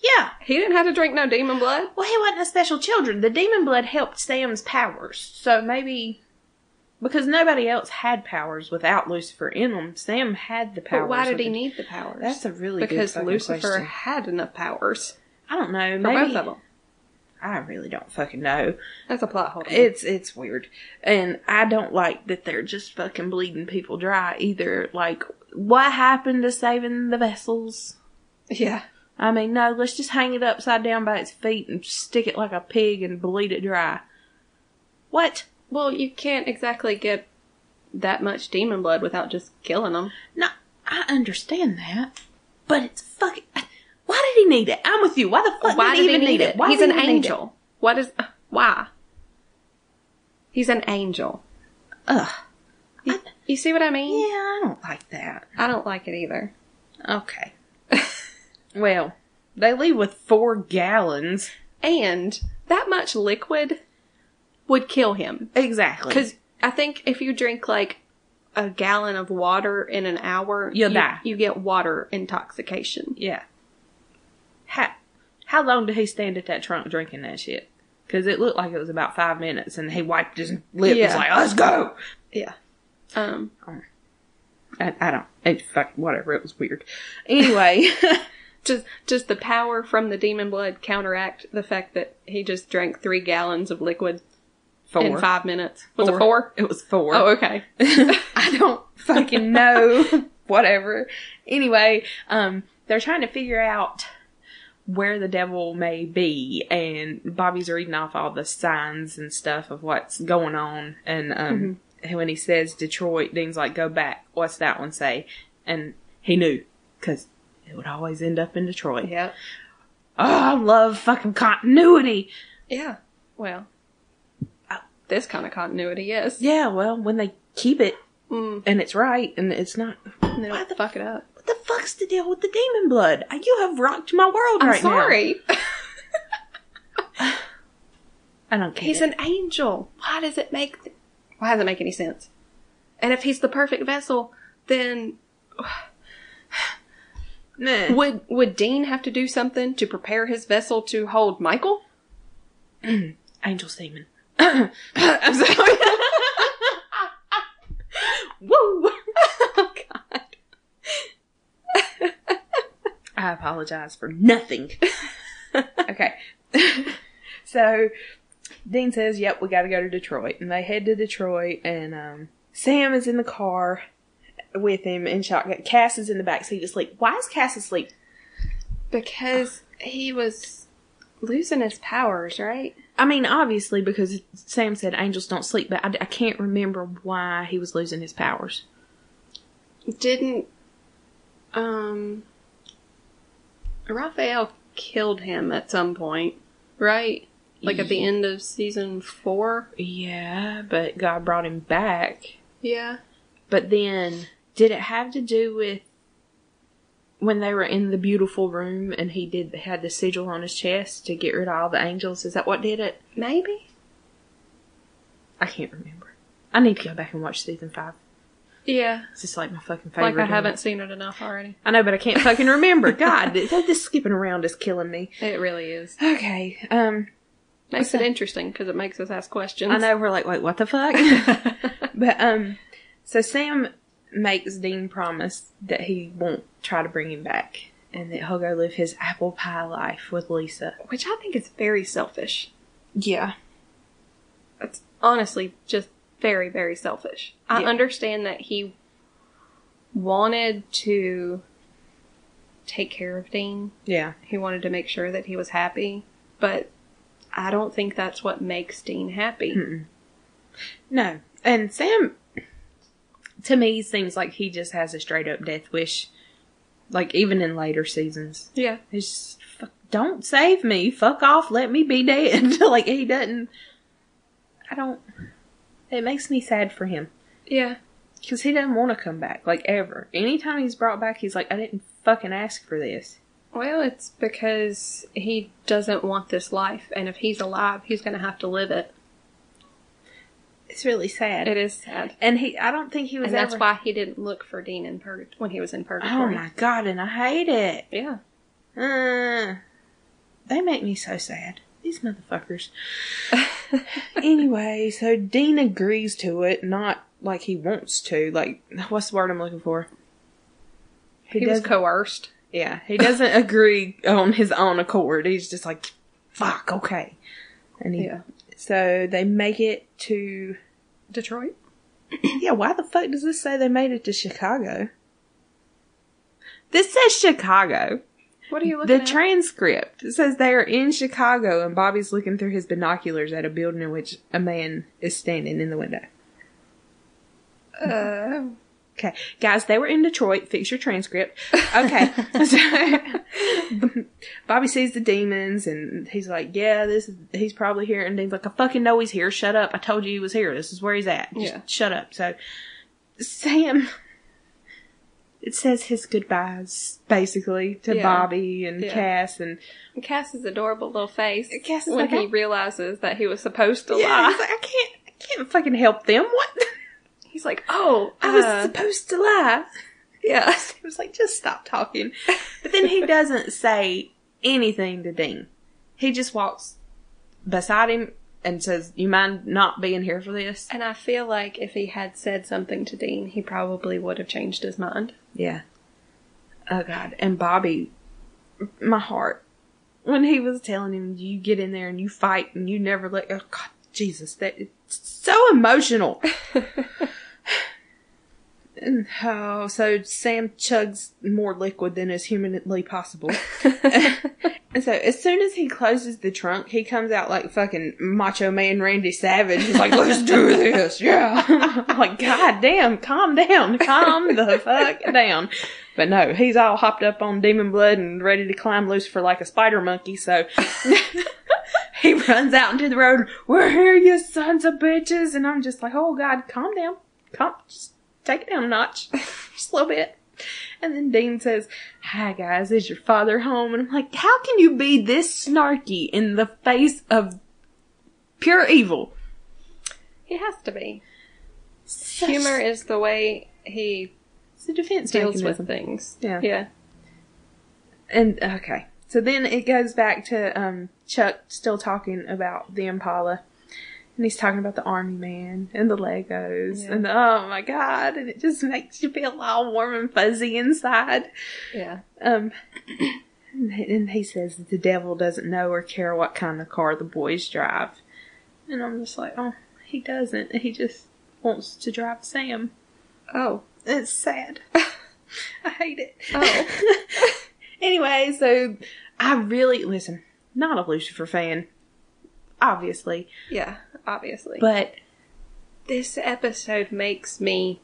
[SPEAKER 3] Yeah.
[SPEAKER 4] he didn't have to drink no demon blood
[SPEAKER 3] Well he wasn't a special children. The demon blood helped Sam's powers. So maybe because nobody else had powers without Lucifer in them, Sam had the powers.
[SPEAKER 4] but why did
[SPEAKER 3] with
[SPEAKER 4] he
[SPEAKER 3] the-
[SPEAKER 4] need the powers
[SPEAKER 3] That's a really
[SPEAKER 4] because
[SPEAKER 3] good fucking
[SPEAKER 4] lucifer
[SPEAKER 3] question.
[SPEAKER 4] had enough powers
[SPEAKER 3] I don't know.
[SPEAKER 4] for
[SPEAKER 3] Maybe
[SPEAKER 4] both of them
[SPEAKER 3] I really don't fucking know.
[SPEAKER 4] that's a plot hole
[SPEAKER 3] It's it's weird, and I don't like that they're just fucking bleeding people dry either. Like, what happened to saving the vessels?
[SPEAKER 4] yeah
[SPEAKER 3] I mean, no, let's just hang it upside down by its feet and stick it like a pig and bleed it dry. What?
[SPEAKER 4] well you can't exactly get that much demon blood without just killing them
[SPEAKER 3] No, I understand that, but it's fucking. Why did he need it? I'm with you. Why the fuck
[SPEAKER 4] why
[SPEAKER 3] did he even need it? Why
[SPEAKER 4] he's
[SPEAKER 3] did
[SPEAKER 4] an
[SPEAKER 3] he even need it?
[SPEAKER 4] angel what is why he's an angel
[SPEAKER 3] Ugh.
[SPEAKER 4] you, you see what i mean
[SPEAKER 3] Yeah, I don't like that.
[SPEAKER 4] i don't like it either
[SPEAKER 3] Okay. [LAUGHS] well, they leave with four gallons.
[SPEAKER 4] and that much liquid would kill him
[SPEAKER 3] Exactly.
[SPEAKER 4] because i think if you drink like a gallon of water in an hour
[SPEAKER 3] You'll
[SPEAKER 4] you,
[SPEAKER 3] die.
[SPEAKER 4] you get water intoxication
[SPEAKER 3] yeah. How how long did he stand at that trunk drinking that shit? Because it looked like it was about five minutes, and he wiped his lips.
[SPEAKER 4] Yeah.
[SPEAKER 3] like, "Let's go."
[SPEAKER 4] yeah um
[SPEAKER 3] I, I don't. It fuck whatever. It was weird. Anyway, [LAUGHS]
[SPEAKER 4] just just the power from the demon blood counteract the fact that he just drank three gallons of liquid
[SPEAKER 3] four.
[SPEAKER 4] in five minutes was it four
[SPEAKER 3] It was four.
[SPEAKER 4] oh
[SPEAKER 3] [LAUGHS]
[SPEAKER 4] okay
[SPEAKER 3] I don't fucking know. [LAUGHS] Whatever. Anyway, um, they're trying to figure out where the devil may be, and Bobby's reading off all the signs and stuff of what's going on. And um, when he says Detroit, Dean's like, "Go back." What's that one say? And he knew because it would always end up in Detroit.
[SPEAKER 4] yeah
[SPEAKER 3] Oh, I love fucking continuity.
[SPEAKER 4] yeah well this kind of continuity yes
[SPEAKER 3] Yeah, well, when they keep it
[SPEAKER 4] mm,
[SPEAKER 3] and it's right and it's not.
[SPEAKER 4] and they don't fuck it up
[SPEAKER 3] What the fuck's the deal with the demon blood? Uh, You have rocked my world
[SPEAKER 4] i'm
[SPEAKER 3] right now.
[SPEAKER 4] sorry
[SPEAKER 3] I don't care.
[SPEAKER 4] He's an angel. Why does it make th- why does it make any sense? And if he's the perfect vessel, then
[SPEAKER 3] Nah.
[SPEAKER 4] would would Dean have to do something to prepare his vessel to hold Michael?
[SPEAKER 3] angel semen. [LAUGHS] I'm sorry. [LAUGHS] [LAUGHS] Woo!
[SPEAKER 4] oh god.
[SPEAKER 3] [LAUGHS] I apologize for nothing. [LAUGHS] okay. [LAUGHS] so Dean says, "Yep, we got to go to Detroit," and they head to Detroit, and um, Sam is in the car with him in shotgun. Cass is in the back seat asleep. Why is Cass asleep?
[SPEAKER 4] Because he was losing his powers, right?
[SPEAKER 3] I mean, obviously, because Sam said angels don't sleep, but I, I can't remember why he was losing his powers.
[SPEAKER 4] Didn't um Raphael killed him at some point, right? Like at the end of season four.
[SPEAKER 3] Yeah, but God brought him back.
[SPEAKER 4] Yeah.
[SPEAKER 3] But then, did it have to do with when they were in the beautiful room and he did had the sigil on his chest to get rid of all the angels? Is that what did it?
[SPEAKER 4] Maybe.
[SPEAKER 3] I can't remember. I need to go back and watch season five.
[SPEAKER 4] Yeah.
[SPEAKER 3] It's just like my fucking favorite.
[SPEAKER 4] Like I
[SPEAKER 3] one.
[SPEAKER 4] haven't seen it enough already.
[SPEAKER 3] I know, but I can't fucking [LAUGHS] remember. God, th- this skipping around is killing me.
[SPEAKER 4] It really is.
[SPEAKER 3] Okay. Um.
[SPEAKER 4] Makes it interesting because it makes us ask questions.
[SPEAKER 3] I know we're like, wait, what the fuck?
[SPEAKER 4] [LAUGHS]
[SPEAKER 3] but um, so Sam makes Dean promise that he won't try to bring him back, and that he'll go live his apple pie life with Lisa.
[SPEAKER 4] Which I think is very selfish.
[SPEAKER 3] Yeah,
[SPEAKER 4] It's honestly just very, very selfish. I
[SPEAKER 3] Yeah.
[SPEAKER 4] understand that he wanted to take care of Dean.
[SPEAKER 3] yeah,
[SPEAKER 4] He wanted to make sure that he was happy, but I don't think that's what makes Dean happy.
[SPEAKER 3] no. And Sam, to me, seems like he just has a straight up death wish. Like even in later seasons,
[SPEAKER 4] Yeah.
[SPEAKER 3] he's just fuck, don't save me, fuck off, let me be dead. [LAUGHS] like he doesn't. I don't. It makes me sad for him.
[SPEAKER 4] Yeah.
[SPEAKER 3] Because he doesn't want to come back, like ever. Anytime he's brought back, he's like, I didn't fucking ask for this.
[SPEAKER 4] Well, it's because he doesn't want this life, and if he's alive, he's going to have to live it.
[SPEAKER 3] It's really sad.
[SPEAKER 4] It is sad.
[SPEAKER 3] And he, I don't think he was
[SPEAKER 4] And that's
[SPEAKER 3] ever-
[SPEAKER 4] why he didn't look for Dean in purg- when he was in purgatory.
[SPEAKER 3] Oh my god, and I hate it. [LAUGHS]
[SPEAKER 4] Yeah.
[SPEAKER 3] Uh, they make me so sad. These motherfuckers. anyway, so Dean agrees to it, not like he wants to. Like, what's the word I'm looking for?
[SPEAKER 4] He, was
[SPEAKER 3] doesn't-
[SPEAKER 4] coerced.
[SPEAKER 3] Yeah, he doesn't agree on his own accord. He's just like, fuck, okay. And he,
[SPEAKER 4] Yeah.
[SPEAKER 3] so they make it to,
[SPEAKER 4] Detroit?
[SPEAKER 3] yeah, why the fuck does this say they made it to Chicago? This says Chicago.
[SPEAKER 4] What are you looking
[SPEAKER 3] The
[SPEAKER 4] at?
[SPEAKER 3] transcript it says they are in Chicago and Bobby's looking through his binoculars at a building in which a man is standing in the window.
[SPEAKER 4] Uh,
[SPEAKER 3] Okay, guys, they were in Detroit. Fix your transcript. [LAUGHS] Okay, so, Bobby sees the demons and he's like, "Yeah, this is he's probably here." And Dean's like, "I fucking know he's here. Shut up! I told you he was here. This is where he's at. Just
[SPEAKER 4] Yeah.
[SPEAKER 3] shut up." So Sam, it says his goodbyes basically to
[SPEAKER 4] Yeah.
[SPEAKER 3] Bobby and
[SPEAKER 4] Yeah.
[SPEAKER 3] Cass and
[SPEAKER 4] Cass's adorable little face
[SPEAKER 3] Cass is
[SPEAKER 4] when
[SPEAKER 3] like,
[SPEAKER 4] he realizes that he was supposed to
[SPEAKER 3] yeah,
[SPEAKER 4] lie.
[SPEAKER 3] he's like, "I can't, I can't fucking help them. What?
[SPEAKER 4] He's like, oh,
[SPEAKER 3] I was
[SPEAKER 4] uh,
[SPEAKER 3] supposed to lie."
[SPEAKER 4] yeah.
[SPEAKER 3] [LAUGHS] He was like, just stop talking. But then [LAUGHS] he doesn't say anything to Dean. He just walks beside him and says, You mind not being here for this?
[SPEAKER 4] And I feel like if he had said something to Dean, he probably would have changed his mind.
[SPEAKER 3] Yeah. Oh, God. And Bobby, my heart, when he was telling him, You get in there and you fight and you never let go. God, Jesus, that it's so emotional. And, oh, so Sam chugs more liquid than is humanly possible. And so as soon as he closes the trunk, he comes out like fucking macho man Randy Savage. He's like, let's do this. [LAUGHS] Yeah. I'm like, God damn, calm down. Calm the fuck down. But no, he's all hopped up on demon blood and ready to climb loose for like a spider monkey. So [LAUGHS] he runs out into the road. We're here, you sons of bitches. And I'm just like, oh God, calm down. Calm. Just take it down a notch. [LAUGHS] Just a little bit. And then Dean says, Hi guys, is your father home? And I'm like, How can you be this snarky in the face of pure evil?
[SPEAKER 4] He has to be.
[SPEAKER 3] Such-
[SPEAKER 4] Humor is the way he
[SPEAKER 3] It's a defense
[SPEAKER 4] deals with
[SPEAKER 3] mechanism.
[SPEAKER 4] things.
[SPEAKER 3] Yeah.
[SPEAKER 4] Yeah.
[SPEAKER 3] And okay. So then it goes back to um, Chuck still talking about the Impala. And he's talking about the army man and the Legos
[SPEAKER 4] Yeah.
[SPEAKER 3] and oh my god, and it just makes you feel all warm and fuzzy inside.
[SPEAKER 4] Yeah.
[SPEAKER 3] Um, and he- and he says that the devil doesn't know or care what kind of car the boys drive. And I'm just like, oh, he doesn't. He just wants to drive Sam.
[SPEAKER 4] Oh. [LAUGHS]
[SPEAKER 3] It's sad. I hate it. [LAUGHS]
[SPEAKER 4] Oh.
[SPEAKER 3] anyway, so I really listen. Not a Lucifer fan, obviously,
[SPEAKER 4] Yeah, obviously.
[SPEAKER 3] but
[SPEAKER 4] this episode makes me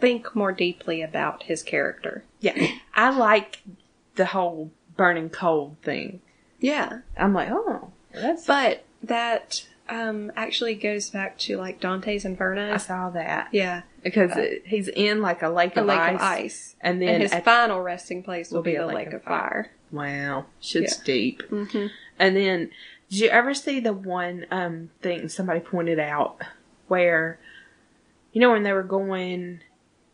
[SPEAKER 4] think more deeply about his character.
[SPEAKER 3] yeah, I like the whole burning cold thing.
[SPEAKER 4] Yeah.
[SPEAKER 3] I'm like, oh, that's.
[SPEAKER 4] But that um actually goes back to like Dante's Inferno.
[SPEAKER 3] I saw that
[SPEAKER 4] yeah.
[SPEAKER 3] because it, he's in like a lake,
[SPEAKER 4] Uh, A
[SPEAKER 3] of,
[SPEAKER 4] lake
[SPEAKER 3] ice,
[SPEAKER 4] of ice.
[SPEAKER 3] and then
[SPEAKER 4] And his
[SPEAKER 3] at-
[SPEAKER 4] final resting place will be the lake of fire.
[SPEAKER 3] wow, shit's
[SPEAKER 4] Yeah.
[SPEAKER 3] deep.
[SPEAKER 4] Mhm.
[SPEAKER 3] And then, did you ever see the one um thing somebody pointed out where, you know, when they were going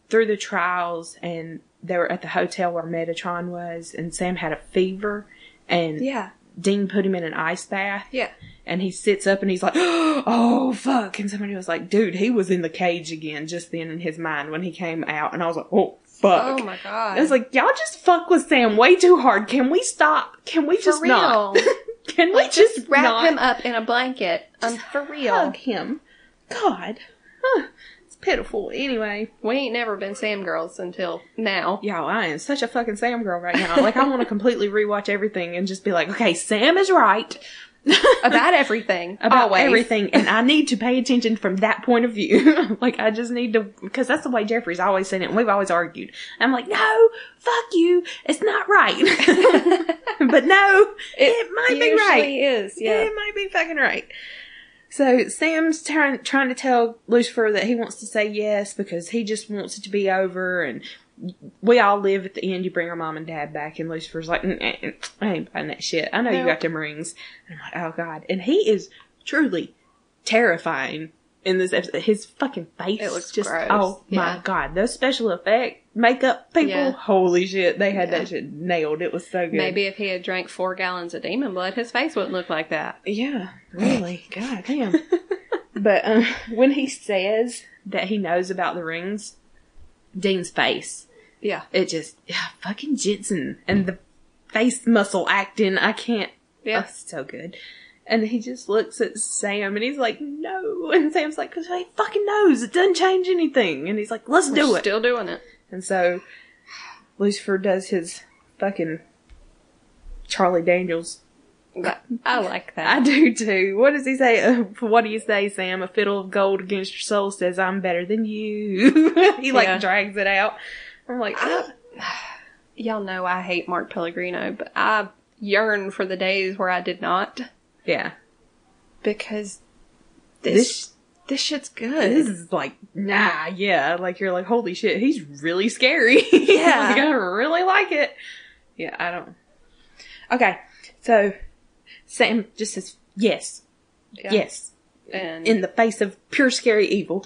[SPEAKER 3] through the trials and they were at the hotel where Metatron was, and Sam had a fever, and
[SPEAKER 4] Yeah.
[SPEAKER 3] Dean put him in an ice bath.
[SPEAKER 4] Yeah.
[SPEAKER 3] And he sits up and he's like, [GASPS] oh, fuck. And somebody was like, dude, he was in the cage again just then in his mind when he came out. And I was like, oh, fuck.
[SPEAKER 4] Oh my god.
[SPEAKER 3] I was like, y'all just fuck with Sam way too hard. Can we stop? Can we just not? [LAUGHS]
[SPEAKER 4] real.
[SPEAKER 3] Can we
[SPEAKER 4] Like,
[SPEAKER 3] just,
[SPEAKER 4] wrap
[SPEAKER 3] not
[SPEAKER 4] him up in a blanket.
[SPEAKER 3] [LAUGHS]
[SPEAKER 4] Um, for real.
[SPEAKER 3] hug him? God. Huh. It's pitiful. Anyway,
[SPEAKER 4] We ain't never been Sam girls until now.
[SPEAKER 3] y'all, I am such a fucking Sam girl right
[SPEAKER 1] [LAUGHS]
[SPEAKER 3] now. Like, I want to completely rewatch everything and just be like, okay, Sam is right.
[SPEAKER 4] About everything.
[SPEAKER 3] about
[SPEAKER 4] Always.
[SPEAKER 3] everything, and I need to pay attention from that point of view. [LAUGHS] like, I just need to, because that's the way Jeffrey's always said it, and we've always argued. I'm like, no, fuck you, it's not right. [LAUGHS] but no, it, might be right.
[SPEAKER 4] Usually is. Yeah.
[SPEAKER 3] It might be fucking right. So Sam's trying trying to tell Lucifer that he wants to say yes because he just wants it to be over, and we all live at the end. You bring our mom and dad back, and Lucifer's like, "Mm, mm, mm, I ain't buying that shit. I know you
[SPEAKER 4] Nope.
[SPEAKER 3] got them rings. And I'm like, oh god. And he is truly terrifying in this episode. His fucking face,
[SPEAKER 4] It looks
[SPEAKER 3] just
[SPEAKER 4] gross.
[SPEAKER 3] oh my
[SPEAKER 4] Yeah.
[SPEAKER 3] god, those special effect makeup people,
[SPEAKER 4] Yeah.
[SPEAKER 3] holy shit, they had
[SPEAKER 4] Yeah.
[SPEAKER 3] that shit nailed. It was so good.
[SPEAKER 4] Maybe if he had drank four gallons of demon blood, his face wouldn't look like that.
[SPEAKER 3] Yeah, really. God damn. but um, [LAUGHS] when he says that he knows about the rings, Dean's face,
[SPEAKER 4] Yeah.
[SPEAKER 3] it just, yeah, fucking Jensen and the face muscle acting. I can't.
[SPEAKER 4] Yeah.
[SPEAKER 3] Oh, so good. And he just looks at Sam and he's like, no. And Sam's like, because he fucking knows. It doesn't change anything. And he's like, let's do
[SPEAKER 4] We're
[SPEAKER 3] it.
[SPEAKER 4] Still doing it.
[SPEAKER 3] And so Lucifer does his fucking Charlie Daniels
[SPEAKER 4] But I like
[SPEAKER 3] I
[SPEAKER 4] that.
[SPEAKER 3] do too. What does he say? [LAUGHS] Uh, what do you say, Sam? A fiddle of gold against your soul says, I'm better than you. [LAUGHS] he like
[SPEAKER 4] Yeah.
[SPEAKER 3] drags it out. I'm like,
[SPEAKER 4] I- Y'all know I hate Mark Pellegrino, but I yearn for the days where I did not
[SPEAKER 3] yeah.
[SPEAKER 4] because this
[SPEAKER 3] This,
[SPEAKER 4] this shit's good.
[SPEAKER 3] this is like, nah, yeah. Like, you're like, holy shit, he's really scary. [LAUGHS]
[SPEAKER 4] Yeah.
[SPEAKER 3] like, I really like it. Yeah, I don't. Okay, so Sam just says, yes,
[SPEAKER 4] Yeah.
[SPEAKER 3] yes,
[SPEAKER 4] and
[SPEAKER 3] in the face of pure scary evil.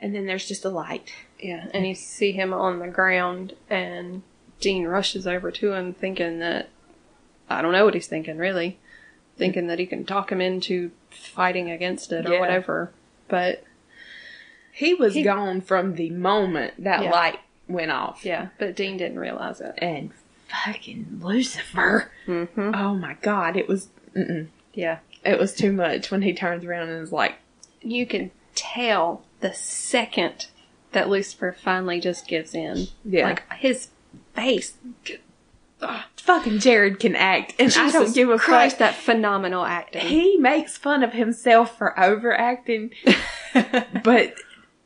[SPEAKER 3] And then there's just a light.
[SPEAKER 4] yeah, and you see him on the ground, and Dean rushes over to him, thinking that I don't know what he's thinking really, thinking that he can talk him into fighting against it or
[SPEAKER 3] Yeah.
[SPEAKER 4] whatever. But
[SPEAKER 3] He was
[SPEAKER 4] He-
[SPEAKER 3] gone from the moment that
[SPEAKER 4] Yeah.
[SPEAKER 3] light went off.
[SPEAKER 4] yeah, but Dean didn't realize it.
[SPEAKER 3] And fucking Lucifer.
[SPEAKER 4] Mm-hmm.
[SPEAKER 3] Oh my god, it was mm-mm.
[SPEAKER 4] Yeah,
[SPEAKER 3] it was too much when he turns around and is like,
[SPEAKER 4] you can tell the second that Lucifer finally just gives in.
[SPEAKER 3] Yeah.
[SPEAKER 4] Like his face.
[SPEAKER 3] "Fucking Jared can act, and I don't
[SPEAKER 4] Jesus
[SPEAKER 3] give a
[SPEAKER 4] Christ,
[SPEAKER 3] fuck."
[SPEAKER 4] that phenomenal acting.
[SPEAKER 3] He makes fun of himself for [LAUGHS] overacting, but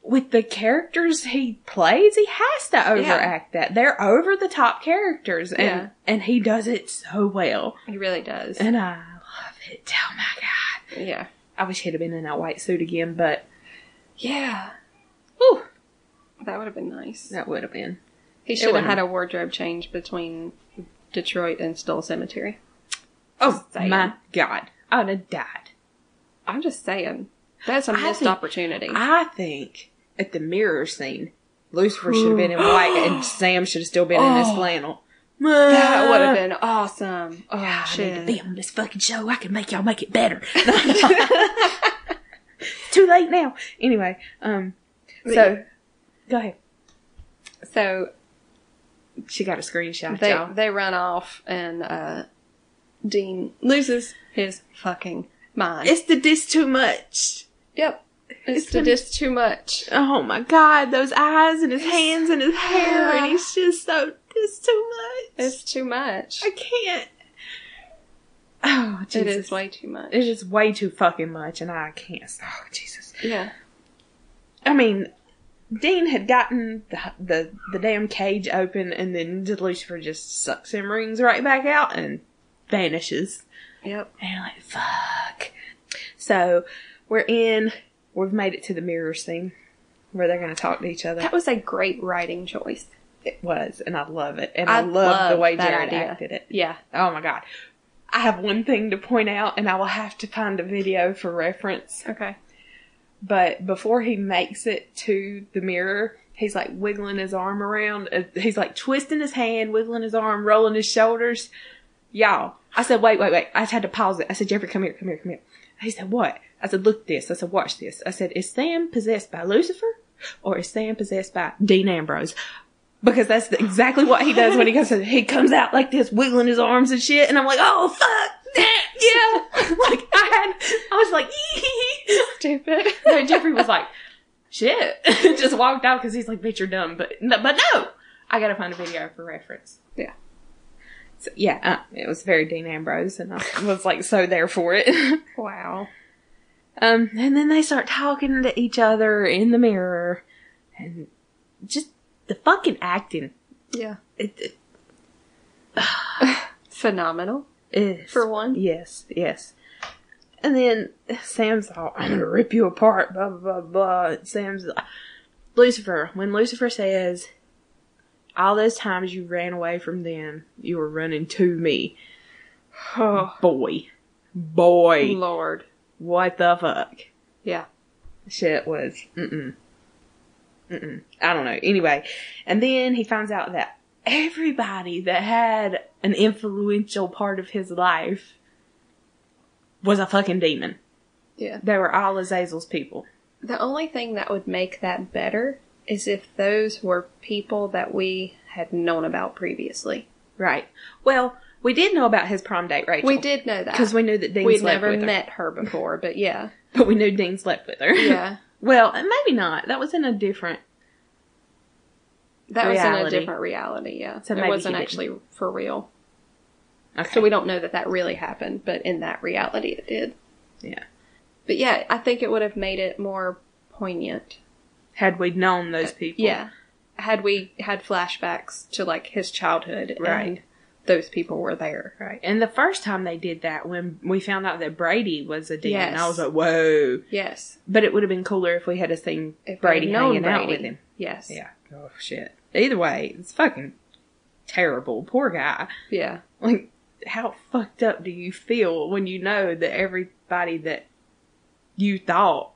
[SPEAKER 3] with the characters he plays, he has to overact that. They're over the top characters, and
[SPEAKER 4] Yeah.
[SPEAKER 3] and he does it so well,
[SPEAKER 4] he
[SPEAKER 3] [LAUGHS]
[SPEAKER 4] really does.
[SPEAKER 3] and I love it. Oh my god.
[SPEAKER 4] Yeah.
[SPEAKER 3] I wish he'd have been in that white suit again, but
[SPEAKER 4] Yeah.
[SPEAKER 3] whew,
[SPEAKER 4] That would have been nice.
[SPEAKER 3] that would have been.
[SPEAKER 4] He should have
[SPEAKER 3] wouldn't.
[SPEAKER 4] had a wardrobe change between Detroit and Stoll Cemetery.
[SPEAKER 3] Oh
[SPEAKER 4] saying.
[SPEAKER 3] my god, I'd have died.
[SPEAKER 4] I'm just saying. That's a
[SPEAKER 3] I
[SPEAKER 4] missed
[SPEAKER 3] think-
[SPEAKER 4] opportunity.
[SPEAKER 3] I think at the mirror scene, Lucifer should have been in white, [GASPS] and Sam should have still been in his flannel.
[SPEAKER 4] that would have been awesome. Oh,
[SPEAKER 3] Yeah, I need to
[SPEAKER 4] shit.
[SPEAKER 3] be on this fucking show. I can make y'all make it [LAUGHS] better. It's Too late now. Anyway, um, so go ahead.
[SPEAKER 4] So
[SPEAKER 3] She got a screenshot,
[SPEAKER 4] they,
[SPEAKER 3] y'all.
[SPEAKER 4] they run off and uh, Dean loses his fucking mind.
[SPEAKER 3] It's the dish too much.
[SPEAKER 4] yep. It's,
[SPEAKER 3] it's
[SPEAKER 4] the
[SPEAKER 3] been-
[SPEAKER 4] just too much.
[SPEAKER 3] Oh my god, those eyes and his hands and his hair, and he's just so, it's too much.
[SPEAKER 4] It's too much.
[SPEAKER 3] I can't. Oh, Jesus.
[SPEAKER 4] It is way too much.
[SPEAKER 3] It's just way too fucking much, and I can't. Oh, Jesus.
[SPEAKER 4] yeah.
[SPEAKER 3] I mean, Dean had gotten the the, the damn cage open, and then Lucifer just sucks him rings right back out and vanishes.
[SPEAKER 4] Yep.
[SPEAKER 3] And you're like, fuck. So we're in. We've made it to the mirrors thing, where they're going to talk to each other.
[SPEAKER 4] That was a great writing choice.
[SPEAKER 3] It was, and I love it, and I,
[SPEAKER 4] I
[SPEAKER 3] love the
[SPEAKER 4] love
[SPEAKER 3] way
[SPEAKER 4] that
[SPEAKER 3] Jared
[SPEAKER 4] idea.
[SPEAKER 3] acted it.
[SPEAKER 4] Yeah.
[SPEAKER 3] Oh my god. I have one thing to point out, and I will have to find a video for reference.
[SPEAKER 4] Okay.
[SPEAKER 3] But before he makes it to the mirror, he's like wiggling his arm around. Uh, He's like twisting his hand, wiggling his arm, rolling his shoulders. Y'all, I said, wait, wait, wait. I just had to pause it. I said, Jeffrey, come here, come here, come here. He said, what? I said, look at this. I said, watch this. I said, is Sam possessed by Lucifer or is Sam possessed by Dean Ambrose? Because that's the- exactly what he does when he comes. He comes out like this, wiggling his arms and shit. And I'm like, oh fuck, yeah. [LAUGHS] like I had, I was like, [LAUGHS] "Yee."
[SPEAKER 4] Stupid.
[SPEAKER 3] no, Jeffrey was like, shit. [LAUGHS] Just walked out because he's like, bitch, you're dumb. But no, but no, I gotta find a video for reference.
[SPEAKER 4] Yeah.
[SPEAKER 3] So, yeah, uh, it was very Dean Ambrose, and I was like, so there for it. [LAUGHS]
[SPEAKER 4] wow.
[SPEAKER 3] um, and then they start talking to each other in the mirror, and just the fucking acting.
[SPEAKER 4] Yeah.
[SPEAKER 3] It, it,
[SPEAKER 4] Phenomenal.
[SPEAKER 3] Yes.
[SPEAKER 4] For one.
[SPEAKER 3] Yes, yes. And then Sam's all, I'm gonna rip you apart, blah, blah, blah, blah. And Sam's, Lucifer, when Lucifer says, all those times you ran away from them, you were running to me. [SIGHS]
[SPEAKER 4] Oh,
[SPEAKER 3] Boy. Boy.
[SPEAKER 4] Lord.
[SPEAKER 3] What the fuck?
[SPEAKER 4] Yeah.
[SPEAKER 3] Shit was, mm-mm. Mm-mm. I don't know. Anyway. And then he finds out that everybody that had an influential part of his life was a fucking demon.
[SPEAKER 4] Yeah.
[SPEAKER 3] They were all Azazel's people.
[SPEAKER 4] The only thing that would make that better is if those were people that we had known about previously.
[SPEAKER 3] Right. Well, we did know about his prom date, Rachel.
[SPEAKER 4] We did know that.
[SPEAKER 3] Because we knew that Dean
[SPEAKER 4] We'd
[SPEAKER 3] slept
[SPEAKER 4] never
[SPEAKER 3] with her.
[SPEAKER 4] met her before, but yeah.
[SPEAKER 3] But we knew Dean slept with her.
[SPEAKER 4] [LAUGHS] Yeah.
[SPEAKER 3] [LAUGHS] well, and maybe not. That was in a different.
[SPEAKER 4] That was
[SPEAKER 3] Reality.
[SPEAKER 4] in a different reality, yeah.
[SPEAKER 3] So maybe
[SPEAKER 4] it
[SPEAKER 3] he
[SPEAKER 4] wasn't
[SPEAKER 3] didn't.
[SPEAKER 4] actually for real.
[SPEAKER 3] Okay.
[SPEAKER 4] So we don't know that that really happened, but in that reality it did.
[SPEAKER 3] Yeah.
[SPEAKER 4] But yeah, I think it would have made it more poignant.
[SPEAKER 3] Had we known those people.
[SPEAKER 4] Yeah. Had we had flashbacks to like his childhood and
[SPEAKER 3] Right.
[SPEAKER 4] those people were there.
[SPEAKER 3] Right. And the first time they did that, when we found out that Brady was a demon,
[SPEAKER 4] Yes.
[SPEAKER 3] I was like, whoa.
[SPEAKER 4] Yes.
[SPEAKER 3] But it would have been cooler if we had a seen
[SPEAKER 4] If we had
[SPEAKER 3] Brady
[SPEAKER 4] known
[SPEAKER 3] hanging out
[SPEAKER 4] Brady.
[SPEAKER 3] with him.
[SPEAKER 4] Yes.
[SPEAKER 3] Yeah. Oh, shit. Either way, it's fucking terrible. Poor guy.
[SPEAKER 4] Yeah.
[SPEAKER 3] Like, how fucked up do you feel when you know that everybody that you thought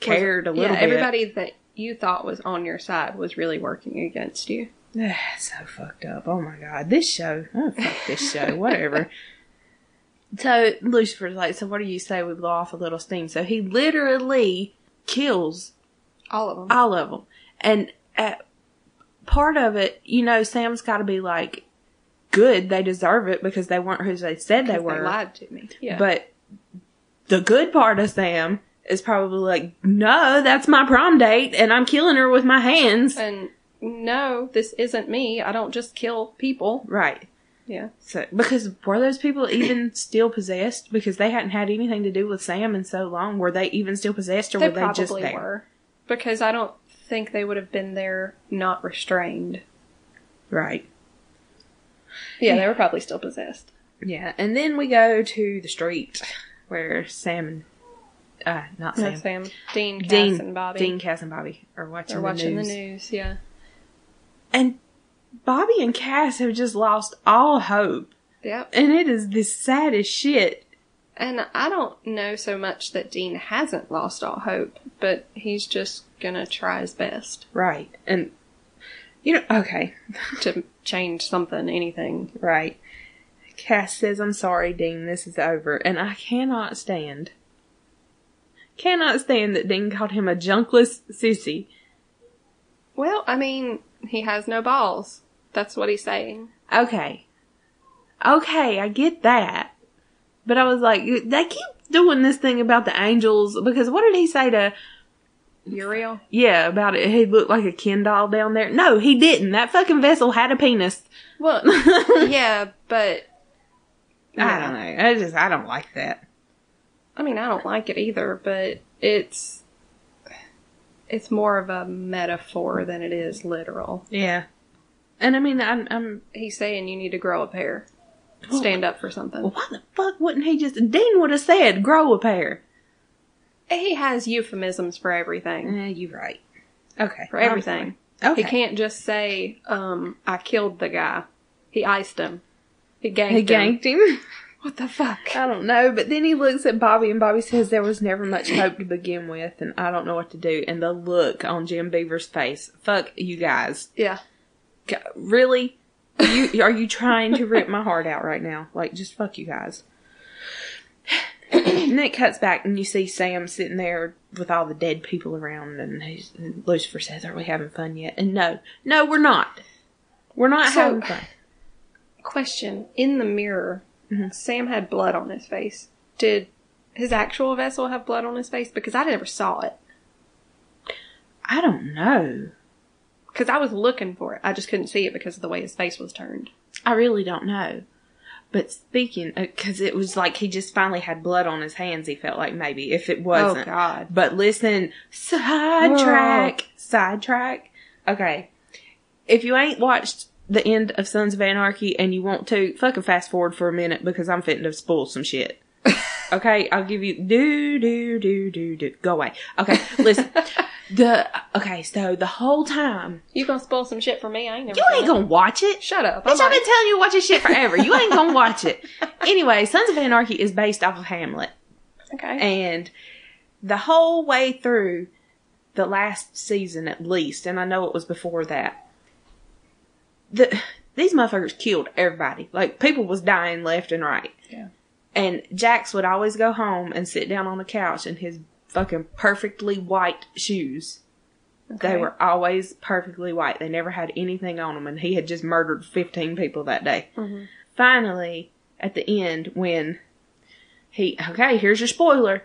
[SPEAKER 3] cared a
[SPEAKER 4] Yeah,
[SPEAKER 3] little bit?
[SPEAKER 4] everybody that you thought was on your side was really working against you.
[SPEAKER 3] [SIGHS] so fucked up. Oh my god, this show. Oh fuck this show.
[SPEAKER 4] [LAUGHS]
[SPEAKER 3] Whatever. So Lucifer's like, so what do you say we blow off a little steam? So he literally kills
[SPEAKER 4] All of them.
[SPEAKER 3] all of them, and at part of it, you know, Sam's got to be like, good, they deserve it because they weren't who they said they were.
[SPEAKER 4] They lied to me. Yeah.
[SPEAKER 3] But the good part of Sam is probably like, no, that's my prom date, and I'm killing her with my hands.
[SPEAKER 4] and no, this isn't me. I don't just kill people.
[SPEAKER 3] Right.
[SPEAKER 4] Yeah.
[SPEAKER 3] So, because were those people [CLEARS THROAT] even still possessed? Because they hadn't had anything to do with Sam in so long. Were they even still possessed, or
[SPEAKER 4] They
[SPEAKER 3] were they just
[SPEAKER 4] probably
[SPEAKER 3] there?
[SPEAKER 4] were. Because I don't think they would have been there not restrained.
[SPEAKER 3] Right.
[SPEAKER 4] Yeah, they were probably still possessed.
[SPEAKER 3] Yeah. And then we go to the street where Sam, and- uh, not Sam,
[SPEAKER 4] No, Sam. Dean, Cass,
[SPEAKER 3] Dean,
[SPEAKER 4] and Bobby
[SPEAKER 3] Dean, Cass, and Bobby are watching,
[SPEAKER 4] are
[SPEAKER 3] the,
[SPEAKER 4] watching
[SPEAKER 3] news.
[SPEAKER 4] the news. Yeah.
[SPEAKER 3] And Bobby and Cass have just lost all hope,
[SPEAKER 4] Yep.
[SPEAKER 3] and it is the saddest shit.
[SPEAKER 4] And I don't know so much that Dean hasn't lost all hope, but he's just gonna try his best
[SPEAKER 3] Right. And you know, okay.
[SPEAKER 4] to change something, anything.
[SPEAKER 3] Right. Cass says, I'm sorry, Dean, this is over. And I cannot stand. Cannot stand that Dean called him a junkless sissy.
[SPEAKER 4] Well, I mean, he has no balls. That's what he's saying.
[SPEAKER 3] Okay. Okay, I get that. But I was like, they keep doing this thing about the angels because what did he say to,
[SPEAKER 4] Uriel?
[SPEAKER 3] yeah, about it? He looked like a Ken doll down there. No, he [LAUGHS] didn't. That fucking vessel had a penis.
[SPEAKER 4] Well, yeah, but
[SPEAKER 3] I don't know. I just I don't like that.
[SPEAKER 4] I mean, I don't like it either, but it's it's more of a metaphor than it is literal.
[SPEAKER 3] Yeah. And I mean, I'm, I'm
[SPEAKER 4] He's saying you need to grow a pair,
[SPEAKER 3] Oh.
[SPEAKER 4] stand up for something.
[SPEAKER 3] why the fuck wouldn't he just? Dean would have said, "Grow a pair."
[SPEAKER 4] He has euphemisms for everything.
[SPEAKER 3] Yeah, you're Eh, right. Okay, Um,
[SPEAKER 4] For everything.
[SPEAKER 3] Mm, Okay,
[SPEAKER 4] He can't just say, um, I killed the guy. He iced him. He ganked
[SPEAKER 3] He
[SPEAKER 4] him.
[SPEAKER 3] ganked him. [LAUGHS]
[SPEAKER 4] What the fuck?
[SPEAKER 3] I don't know, but then he looks at Bobby and Bobby says there was never much hope to begin with, and I don't know what to do. And the look on Jim Beaver's face, fuck you guys,
[SPEAKER 4] Yeah.
[SPEAKER 3] G- really? Are you are you trying to rip my heart out right now? Like, just fuck you guys. and then it cuts back, and you see Sam sitting there with all the dead people around, and, he's, and Lucifer says, "Are we having fun yet?" And no, no, we're not. We're not
[SPEAKER 4] So-
[SPEAKER 3] having fun.
[SPEAKER 4] [LAUGHS] Question. In the mirror,
[SPEAKER 3] Mm-hmm.
[SPEAKER 4] Sam had blood on his face. Did his actual vessel have blood on his face? Because I never saw it.
[SPEAKER 3] I don't know.
[SPEAKER 4] Because I was looking for it. I just couldn't see it because of the way his face was turned.
[SPEAKER 3] I really don't know. But speaking, because it was like he just finally had blood on his hands, he felt like maybe, if it wasn't.
[SPEAKER 4] Oh, God.
[SPEAKER 3] But listen, sidetrack, sidetrack. Okay. If you ain't watched the end of Sons of Anarchy and you want to, fucking fast forward for a minute because I'm fitting to spoil some shit. okay, I'll give you do do do do do. Go away. Okay, listen. the okay, so the whole time
[SPEAKER 4] You gonna spoil some shit for me? I ain't never
[SPEAKER 3] you
[SPEAKER 4] seen
[SPEAKER 3] ain't
[SPEAKER 4] it.
[SPEAKER 3] gonna watch it.
[SPEAKER 4] Shut up.
[SPEAKER 3] Bitch,
[SPEAKER 4] I
[SPEAKER 3] I've been
[SPEAKER 4] might.
[SPEAKER 3] telling you to watch this shit forever. You ain't gonna watch it. Anyway, Sons of Anarchy is based off of Hamlet.
[SPEAKER 4] Okay.
[SPEAKER 3] And the whole way through the last season at least, and I know it was before that, the these motherfuckers killed everybody. Like people was dying left and right.
[SPEAKER 4] Yeah.
[SPEAKER 3] And Jax would always go home and sit down on the couch in his fucking perfectly white shoes. They
[SPEAKER 4] Okay.
[SPEAKER 3] were always perfectly white. They never had anything on them, and he had just murdered 15 people that day. Finally, at the end, when he, okay, here's your spoiler.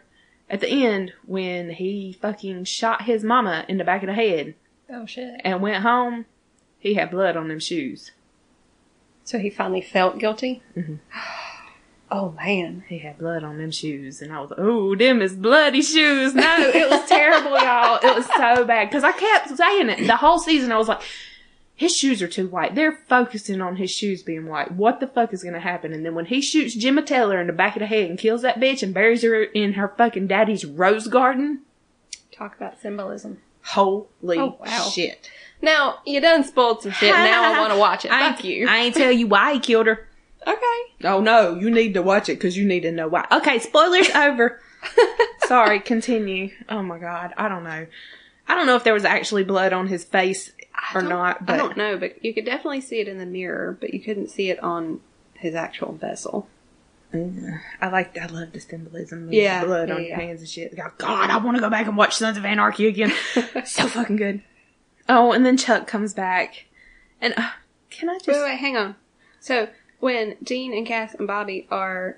[SPEAKER 3] At the end, when he fucking shot his mama in the back of the head
[SPEAKER 4] Oh shit.
[SPEAKER 3] and went home, he had blood on them shoes.
[SPEAKER 4] So he finally felt guilty.
[SPEAKER 3] Mm-hmm.
[SPEAKER 4] [SIGHS] oh man.
[SPEAKER 3] He had blood on them shoes, and I was like, "Oh, them is bloody shoes." No, it was terrible, y'all. It was so bad because I kept saying it the whole season. I was like, "His shoes are too white." They're focusing on his shoes being white. What the fuck is gonna happen? And then when he shoots Gemma Taylor in the back of the head and kills that bitch and buries her in her fucking daddy's rose garden,
[SPEAKER 4] Talk about symbolism.
[SPEAKER 3] holy
[SPEAKER 4] Oh, wow.
[SPEAKER 3] shit!
[SPEAKER 4] Now you done spoiled some shit.
[SPEAKER 3] [LAUGHS]
[SPEAKER 4] Now I want to watch it.
[SPEAKER 3] I ain't-
[SPEAKER 4] Fuck you.
[SPEAKER 3] I ain't tell you why he killed her.
[SPEAKER 4] okay.
[SPEAKER 3] Oh no, you need to watch it because you need to know why. Okay, spoilers [LAUGHS] over. Sorry, continue. Oh my god, I don't know. I don't know if there was actually blood on his face or
[SPEAKER 4] don't-
[SPEAKER 3] not, but
[SPEAKER 4] I don't know, but you could definitely see it in the mirror, but you couldn't see it on his actual vessel.
[SPEAKER 3] I like I love the symbolism. of
[SPEAKER 4] Yeah,
[SPEAKER 3] blood on
[SPEAKER 4] yeah,
[SPEAKER 3] your
[SPEAKER 4] yeah.
[SPEAKER 3] hands and shit. God, God, I want to go back and watch Sons of Anarchy [LAUGHS] again. so fucking good. Oh, and then Chuck comes back, and uh, can I just?
[SPEAKER 4] Wait, wait, hang on. So when Dean and Cass and Bobby are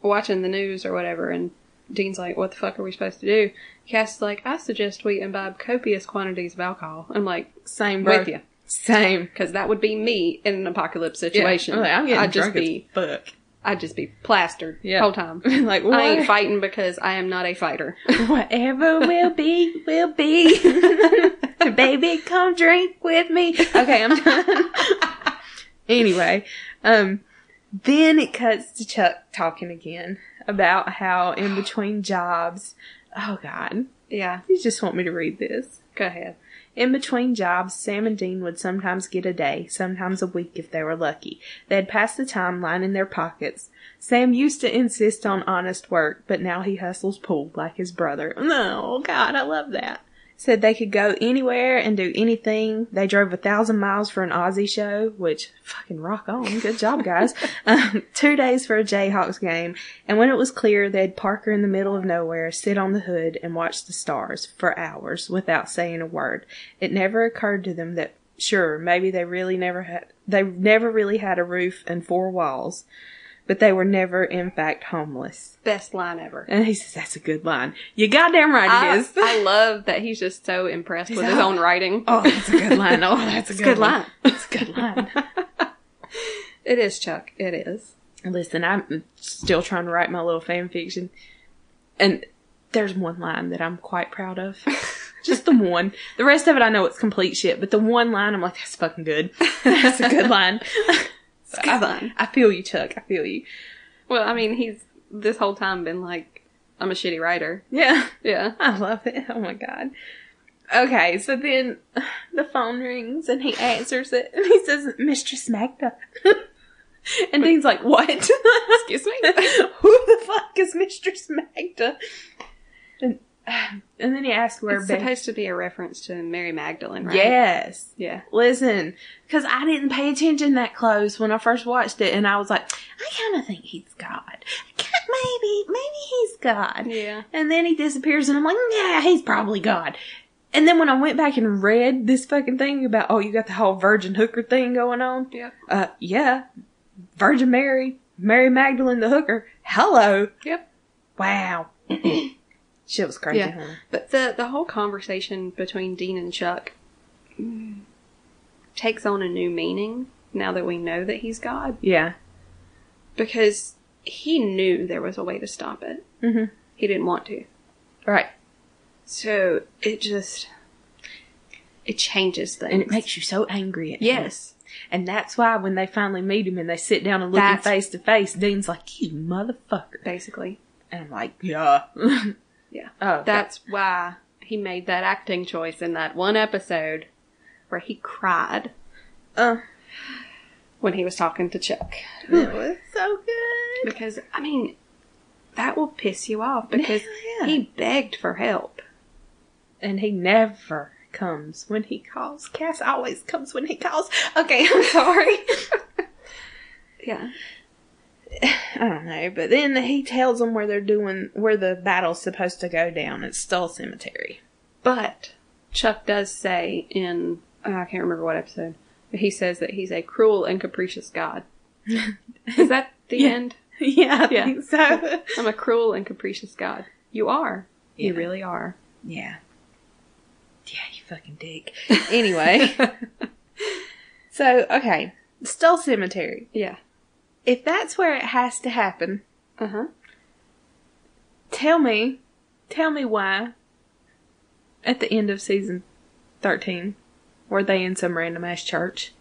[SPEAKER 4] watching the news or whatever, and Dean's like, "What the fuck are we supposed to do?" Cass is like, "I suggest we imbibe copious quantities of alcohol." I'm like,
[SPEAKER 3] Same, bro.
[SPEAKER 4] with you.
[SPEAKER 3] Same.
[SPEAKER 4] because that would be me in an apocalypse situation.
[SPEAKER 3] Yeah. I'm like, I'm getting
[SPEAKER 4] would just
[SPEAKER 3] drunk as
[SPEAKER 4] be,
[SPEAKER 3] fuck.
[SPEAKER 4] I'd just be plastered
[SPEAKER 3] Yeah.
[SPEAKER 4] whole time.
[SPEAKER 3] [LAUGHS] like what?
[SPEAKER 4] I ain't fighting because I am not a fighter. [LAUGHS]
[SPEAKER 3] [LAUGHS] Whatever will be, will be. [LAUGHS] Baby, come drink with me. Okay, I'm done. [LAUGHS] anyway, um, then it cuts to Chuck talking again about how in between jobs, oh God,
[SPEAKER 4] yeah,
[SPEAKER 3] you just want me to read this.
[SPEAKER 4] go ahead.
[SPEAKER 3] In between jobs, Sam and Dean would sometimes get a day, sometimes a week if they were lucky. They'd pass the time lining their pockets. Sam used to insist on honest work, but now he hustles pool like his brother. Oh, God, I love that. Said they could go anywhere and do anything. They drove a thousand miles for an Aussie show, which fucking rock on. Good job, guys. um, two days for a Jayhawks game. And when it was clear, they'd park her in the middle of nowhere, sit on the hood, and watch the stars for hours without saying a word. It never occurred to them that, sure, maybe they really never had, they never really had a roof and four walls, but they were never, in fact, homeless.
[SPEAKER 4] Best line ever.
[SPEAKER 3] And he says, that's a good line. You goddamn right it
[SPEAKER 4] I,
[SPEAKER 3] is.
[SPEAKER 4] I love that he's just so impressed with his
[SPEAKER 3] like,
[SPEAKER 4] own writing.
[SPEAKER 3] [LAUGHS] Oh, that's a good line. Oh, [LAUGHS] that's a
[SPEAKER 4] it's a
[SPEAKER 3] [LAUGHS]
[SPEAKER 4] good
[SPEAKER 3] one.
[SPEAKER 4] line.
[SPEAKER 3] It's a good line.
[SPEAKER 4] It is Chuck. It is.
[SPEAKER 3] Listen, I'm still trying to write my little fan fiction, and there's one line that I'm quite proud [LAUGHS] of. Just the one. The rest of it, I know it's complete shit, but the one line, I'm like, that's fucking good. [LAUGHS] that's a good [LAUGHS] line.
[SPEAKER 4] Good line.
[SPEAKER 3] I feel you, Chuck. I feel you.
[SPEAKER 4] Well, I mean, he's this whole time been like, I'm a shitty writer.
[SPEAKER 3] Yeah. [LAUGHS]
[SPEAKER 4] Yeah.
[SPEAKER 3] I love it. Oh my god. Okay, so then [SIGHS] the phone rings and he answers it [LAUGHS] and he says, Mistress Magda. [LAUGHS] and Dean's like, What? [LAUGHS] Excuse me? [LAUGHS] Who the fuck is Mistress Magda? And, [SIGHS] and then he asks where
[SPEAKER 4] It's
[SPEAKER 3] Beth-
[SPEAKER 4] supposed to be a reference to Mary Magdalene, right?
[SPEAKER 3] Yes.
[SPEAKER 4] Yeah.
[SPEAKER 3] Listen, because I didn't pay attention that close when I first watched it, and I was like, I kind of think he's God. Maybe, maybe he's God.
[SPEAKER 4] Yeah.
[SPEAKER 3] And then he disappears, and I'm like, yeah, he's probably God. And then when I went back and read this fucking thing about, oh, you got the whole virgin hooker thing going on.
[SPEAKER 4] Yeah.
[SPEAKER 3] Uh, yeah. Virgin Mary, Mary Magdalene the hooker. Hello.
[SPEAKER 4] Yep. [CLEARS THROAT]
[SPEAKER 3] Wow. Shit was crazy.
[SPEAKER 4] Yeah.
[SPEAKER 3] huh?
[SPEAKER 4] But the the whole conversation between Dean and Chuck mm, takes on a new meaning now that we know that he's God
[SPEAKER 3] Yeah.
[SPEAKER 4] because he knew there was a way to stop it.
[SPEAKER 3] Mhm.
[SPEAKER 4] He didn't want to.
[SPEAKER 3] Right.
[SPEAKER 4] So it just it changes things.
[SPEAKER 3] And it makes you so angry. At him.
[SPEAKER 4] yes.
[SPEAKER 3] And that's why when they finally meet him and they sit down and look him
[SPEAKER 4] That's-
[SPEAKER 3] face to face, Dean's like, you motherfucker.
[SPEAKER 4] Basically,
[SPEAKER 3] And I'm like, yeah. [LAUGHS]
[SPEAKER 4] Yeah.
[SPEAKER 3] Oh, that.
[SPEAKER 4] that's why he made that acting choice in that one episode where he cried
[SPEAKER 3] Uh,
[SPEAKER 4] when he was talking to Chuck.
[SPEAKER 3] it was so good.
[SPEAKER 4] Because I mean, that will piss you off because
[SPEAKER 3] [LAUGHS] Yeah.
[SPEAKER 4] he begged for help.
[SPEAKER 3] And he never comes when he calls. Cass always comes when he calls. Okay, I'm sorry. [LAUGHS]
[SPEAKER 4] Yeah.
[SPEAKER 3] I don't know, but then he tells them where they're doing, where the battle's supposed to go down. It's Stull Cemetery.
[SPEAKER 4] But Chuck does say in oh, I can't remember what episode, but he says that he's a cruel and capricious
[SPEAKER 3] [LAUGHS]
[SPEAKER 4] god. Is that the
[SPEAKER 3] Yeah.
[SPEAKER 4] end?
[SPEAKER 3] [LAUGHS] yeah, I
[SPEAKER 4] Yeah.
[SPEAKER 3] think so.
[SPEAKER 4] I'm a cruel and capricious god. You are. You
[SPEAKER 3] Yeah.
[SPEAKER 4] really are.
[SPEAKER 3] Yeah. Yeah, you fucking dick. Anyway. so, okay. Stull Cemetery.
[SPEAKER 4] [LAUGHS] Yeah.
[SPEAKER 3] If that's where it has to happen,
[SPEAKER 4] Uh huh.
[SPEAKER 3] tell me, tell me why at the end of season 13 were they in some random ass church?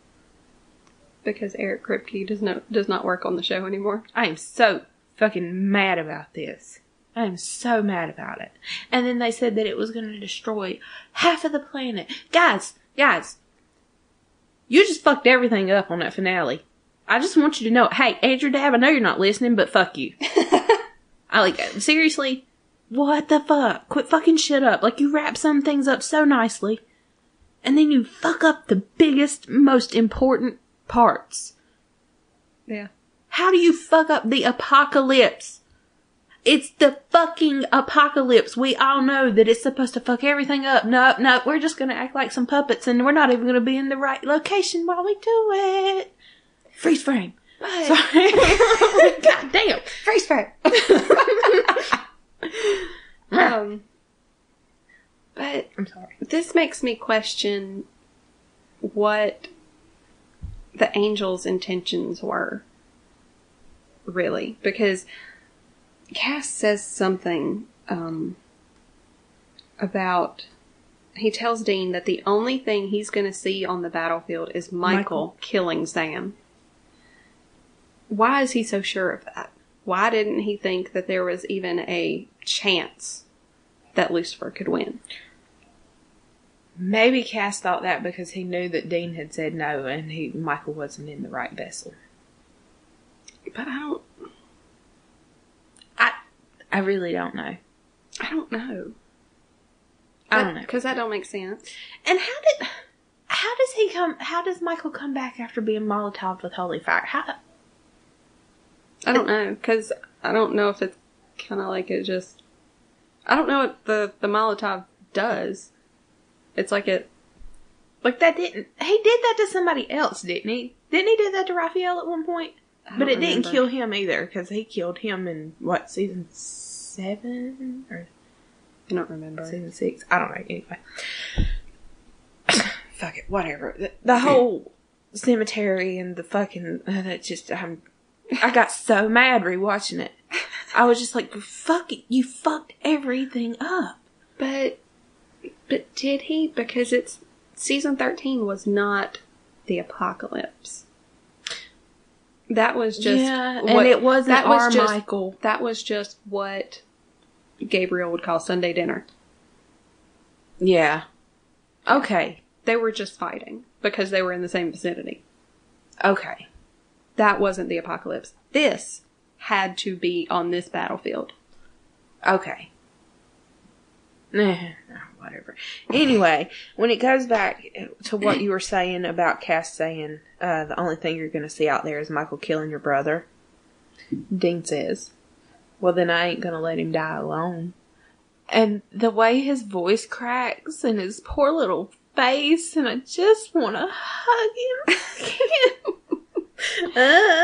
[SPEAKER 4] Because Eric Kripke does not does not work on the show anymore.
[SPEAKER 3] I am so fucking mad about this. I am so mad about it. And then they said that it was going to destroy half of the planet. Guys, guys, you just fucked everything up on that finale. I just want you to know, hey, Andrew Dab, I know you're not listening, but fuck you. I like, seriously, what the fuck? Quit fucking shit up. Like, you wrap some things up so nicely, and then you fuck up the biggest, most important parts.
[SPEAKER 4] Yeah.
[SPEAKER 3] How do you fuck up the apocalypse? It's the fucking apocalypse. We all know that it's supposed to fuck everything up. No, no, we're just gonna act like some puppets and we're not even gonna be in the right location while we do it. Freeze frame. Sorry. [LAUGHS] God damn.
[SPEAKER 4] Freeze frame. um, but
[SPEAKER 3] I'm sorry.
[SPEAKER 4] this makes me question what the angels' intentions were, really, because Cass says something um, about. He tells Dean that the only thing he's going to see on the battlefield is Michael,
[SPEAKER 3] Michael.
[SPEAKER 4] killing Sam. Why is he so sure of that? Why didn't he think that there was even a chance that Lucifer could win?
[SPEAKER 3] Maybe Cass thought that because he knew that Dean had said no and he Michael wasn't in the right vessel.
[SPEAKER 4] But I don't
[SPEAKER 3] I I really don't know.
[SPEAKER 4] I don't know.
[SPEAKER 3] I don't know.
[SPEAKER 4] because that don't make sense.
[SPEAKER 3] And how did how does he come? How does Michael come back after being molotov with holy fire? How,
[SPEAKER 4] I don't know because I don't know if it's kind of like it just. I don't know what the the Molotov does. It's like it.
[SPEAKER 3] like that didn't he did that to somebody else? Didn't he? Didn't he do that to Raphael at one point?
[SPEAKER 4] I
[SPEAKER 3] But it
[SPEAKER 4] don't
[SPEAKER 3] didn't
[SPEAKER 4] remember.
[SPEAKER 3] kill him either because he killed him in what season seven or
[SPEAKER 4] I don't remember.
[SPEAKER 3] season six? I don't know. Anyway, [COUGHS] fuck [LAUGHS] it. Whatever. The, the whole cemetery and the fucking uh, that just I'm I got so mad rewatching it. I was just like, fuck it, you fucked everything up.
[SPEAKER 4] But but did he? Because it's season thirteen was not the apocalypse. That was just
[SPEAKER 3] yeah,
[SPEAKER 4] what-
[SPEAKER 3] and it wasn't
[SPEAKER 4] that
[SPEAKER 3] our
[SPEAKER 4] was just
[SPEAKER 3] Michael.
[SPEAKER 4] that was just what Gabriel would call Sunday dinner.
[SPEAKER 3] Yeah. Okay.
[SPEAKER 4] They were just fighting because they were in the same vicinity.
[SPEAKER 3] Okay.
[SPEAKER 4] That wasn't the apocalypse. This had to be on this battlefield.
[SPEAKER 3] Okay. [LAUGHS] Eh, Whatever. Anyway, when it goes back to what you were saying about Cass saying uh, the only thing you're going to see out there is Michael killing your brother, Dean says, Well, then I ain't going to let him die alone. And the way his voice cracks and his poor little face, and I just want to hug him. [LAUGHS] uh,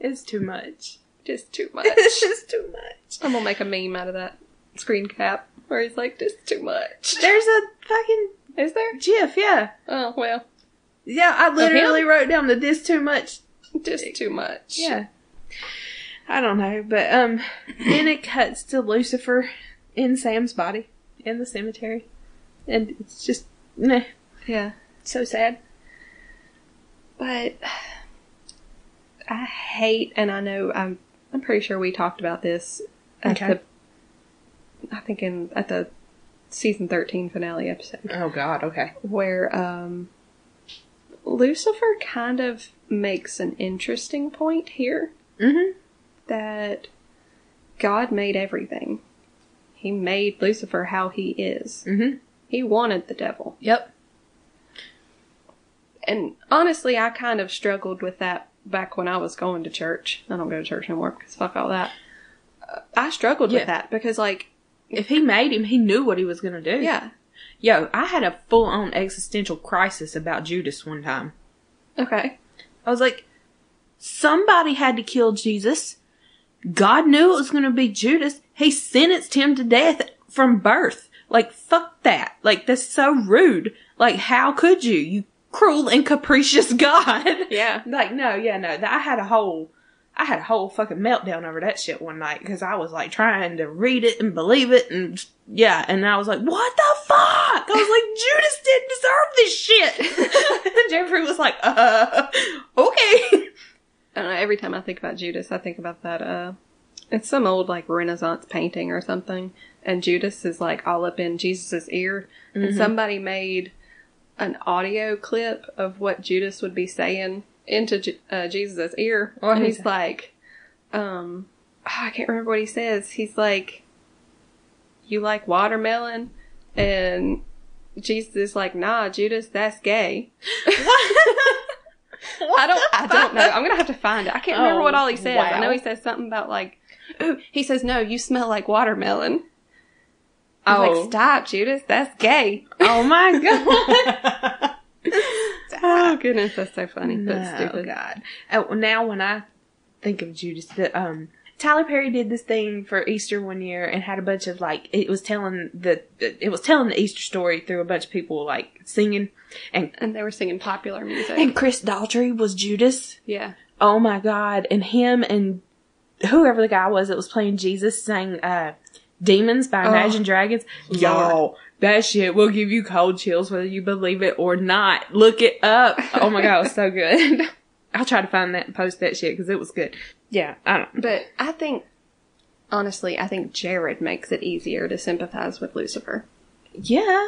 [SPEAKER 3] it's too [LAUGHS] much.
[SPEAKER 4] Just too much.
[SPEAKER 3] It's just too much.
[SPEAKER 4] I'm gonna make a meme out of that screen cap where he's like, "Just too much."
[SPEAKER 3] There's a fucking
[SPEAKER 4] Is there?
[SPEAKER 3] GIF, yeah.
[SPEAKER 4] Oh well,
[SPEAKER 3] Yeah, I literally wrote down the this too much.
[SPEAKER 4] just too much.
[SPEAKER 3] Yeah. I don't know, but um then it cuts to Lucifer in Sam's body in the cemetery. And it's just nah,
[SPEAKER 4] yeah.
[SPEAKER 3] so sad.
[SPEAKER 4] But I hate, and I know I'm. I'm pretty sure we talked about this at
[SPEAKER 3] Okay.
[SPEAKER 4] the. I think in at the season thirteen finale episode
[SPEAKER 1] Uh.
[SPEAKER 3] Oh god, [LAUGHS] okay.
[SPEAKER 4] where um, Lucifer kind of makes an interesting point here
[SPEAKER 3] Mhm.
[SPEAKER 4] that God made everything. He made Lucifer how he is.
[SPEAKER 3] Mhm.
[SPEAKER 4] He wanted the devil.
[SPEAKER 3] Yep.
[SPEAKER 4] and honestly, I kind of struggled with that back when I was going to church. I don't go to church anymore because fuck all that. Uh, I struggled
[SPEAKER 3] Yeah.
[SPEAKER 4] with that because, like,
[SPEAKER 3] If he made him, he knew what he was gonna do.
[SPEAKER 4] yeah,
[SPEAKER 3] Yo, I had a full on existential crisis about Judas one time.
[SPEAKER 4] okay,
[SPEAKER 3] I was like, somebody had to kill Jesus. God knew it was going to be Judas. He sentenced him to death from birth. Like, fuck that. Like, that's so rude. Like, how could you? You cruel and capricious [LAUGHS] God.
[SPEAKER 4] yeah,
[SPEAKER 3] Like, no, yeah, no. That- I had a whole, I had a whole fucking meltdown over that shit one night because I was like trying to read it and believe it and yeah, and I was like, what the fuck? I was like, [LAUGHS] Judas didn't deserve this shit. and Jeffrey was like, uh, okay.
[SPEAKER 4] I don't know, every time I think about Judas, I think about that. Uh, it's some old like Renaissance painting or something, and Judas is like all up in Jesus's ear, and somebody made an audio clip of what Judas would be saying into Ju- uh, Jesus's ear, and he's like, um, oh, I can't remember what he says. He's like, "You like watermelon," and Jesus is like, "Nah, Judas, that's gay." [LAUGHS] I don't. I don't know. I'm gonna have to find it. I can't remember
[SPEAKER 3] Oh,
[SPEAKER 4] what all he says. I know
[SPEAKER 3] wow.
[SPEAKER 4] he says something about like. Ooh, [LAUGHS] he says no. You smell like watermelon. I was
[SPEAKER 3] Oh.
[SPEAKER 4] like, stop, Judas. That's gay.
[SPEAKER 3] Oh [LAUGHS] my god.
[SPEAKER 4] Oh goodness, that's so funny. That's
[SPEAKER 3] Oh
[SPEAKER 4] stupid.
[SPEAKER 3] god. Oh, now when I think of Judas, the um. Tyler Perry did this thing for Easter one year and had a bunch of like it was telling the it was telling the Easter story through a bunch of people like singing and
[SPEAKER 4] And they were singing popular music.
[SPEAKER 3] and Chris Daltrey was Judas.
[SPEAKER 4] [LAUGHS] Yeah.
[SPEAKER 3] Oh my god. And him and whoever the guy was that was playing Jesus sang uh Demons by Imagine Dragons. Oh. Y'all, that shit will give you cold chills whether you believe it or not. Look it up. Oh my god, it was so good. [LAUGHS] I'll try to find that and post that shit because it was good. Yeah, I don't
[SPEAKER 4] But I think, honestly, I think Jared makes it easier to sympathize with Lucifer
[SPEAKER 3] Yeah.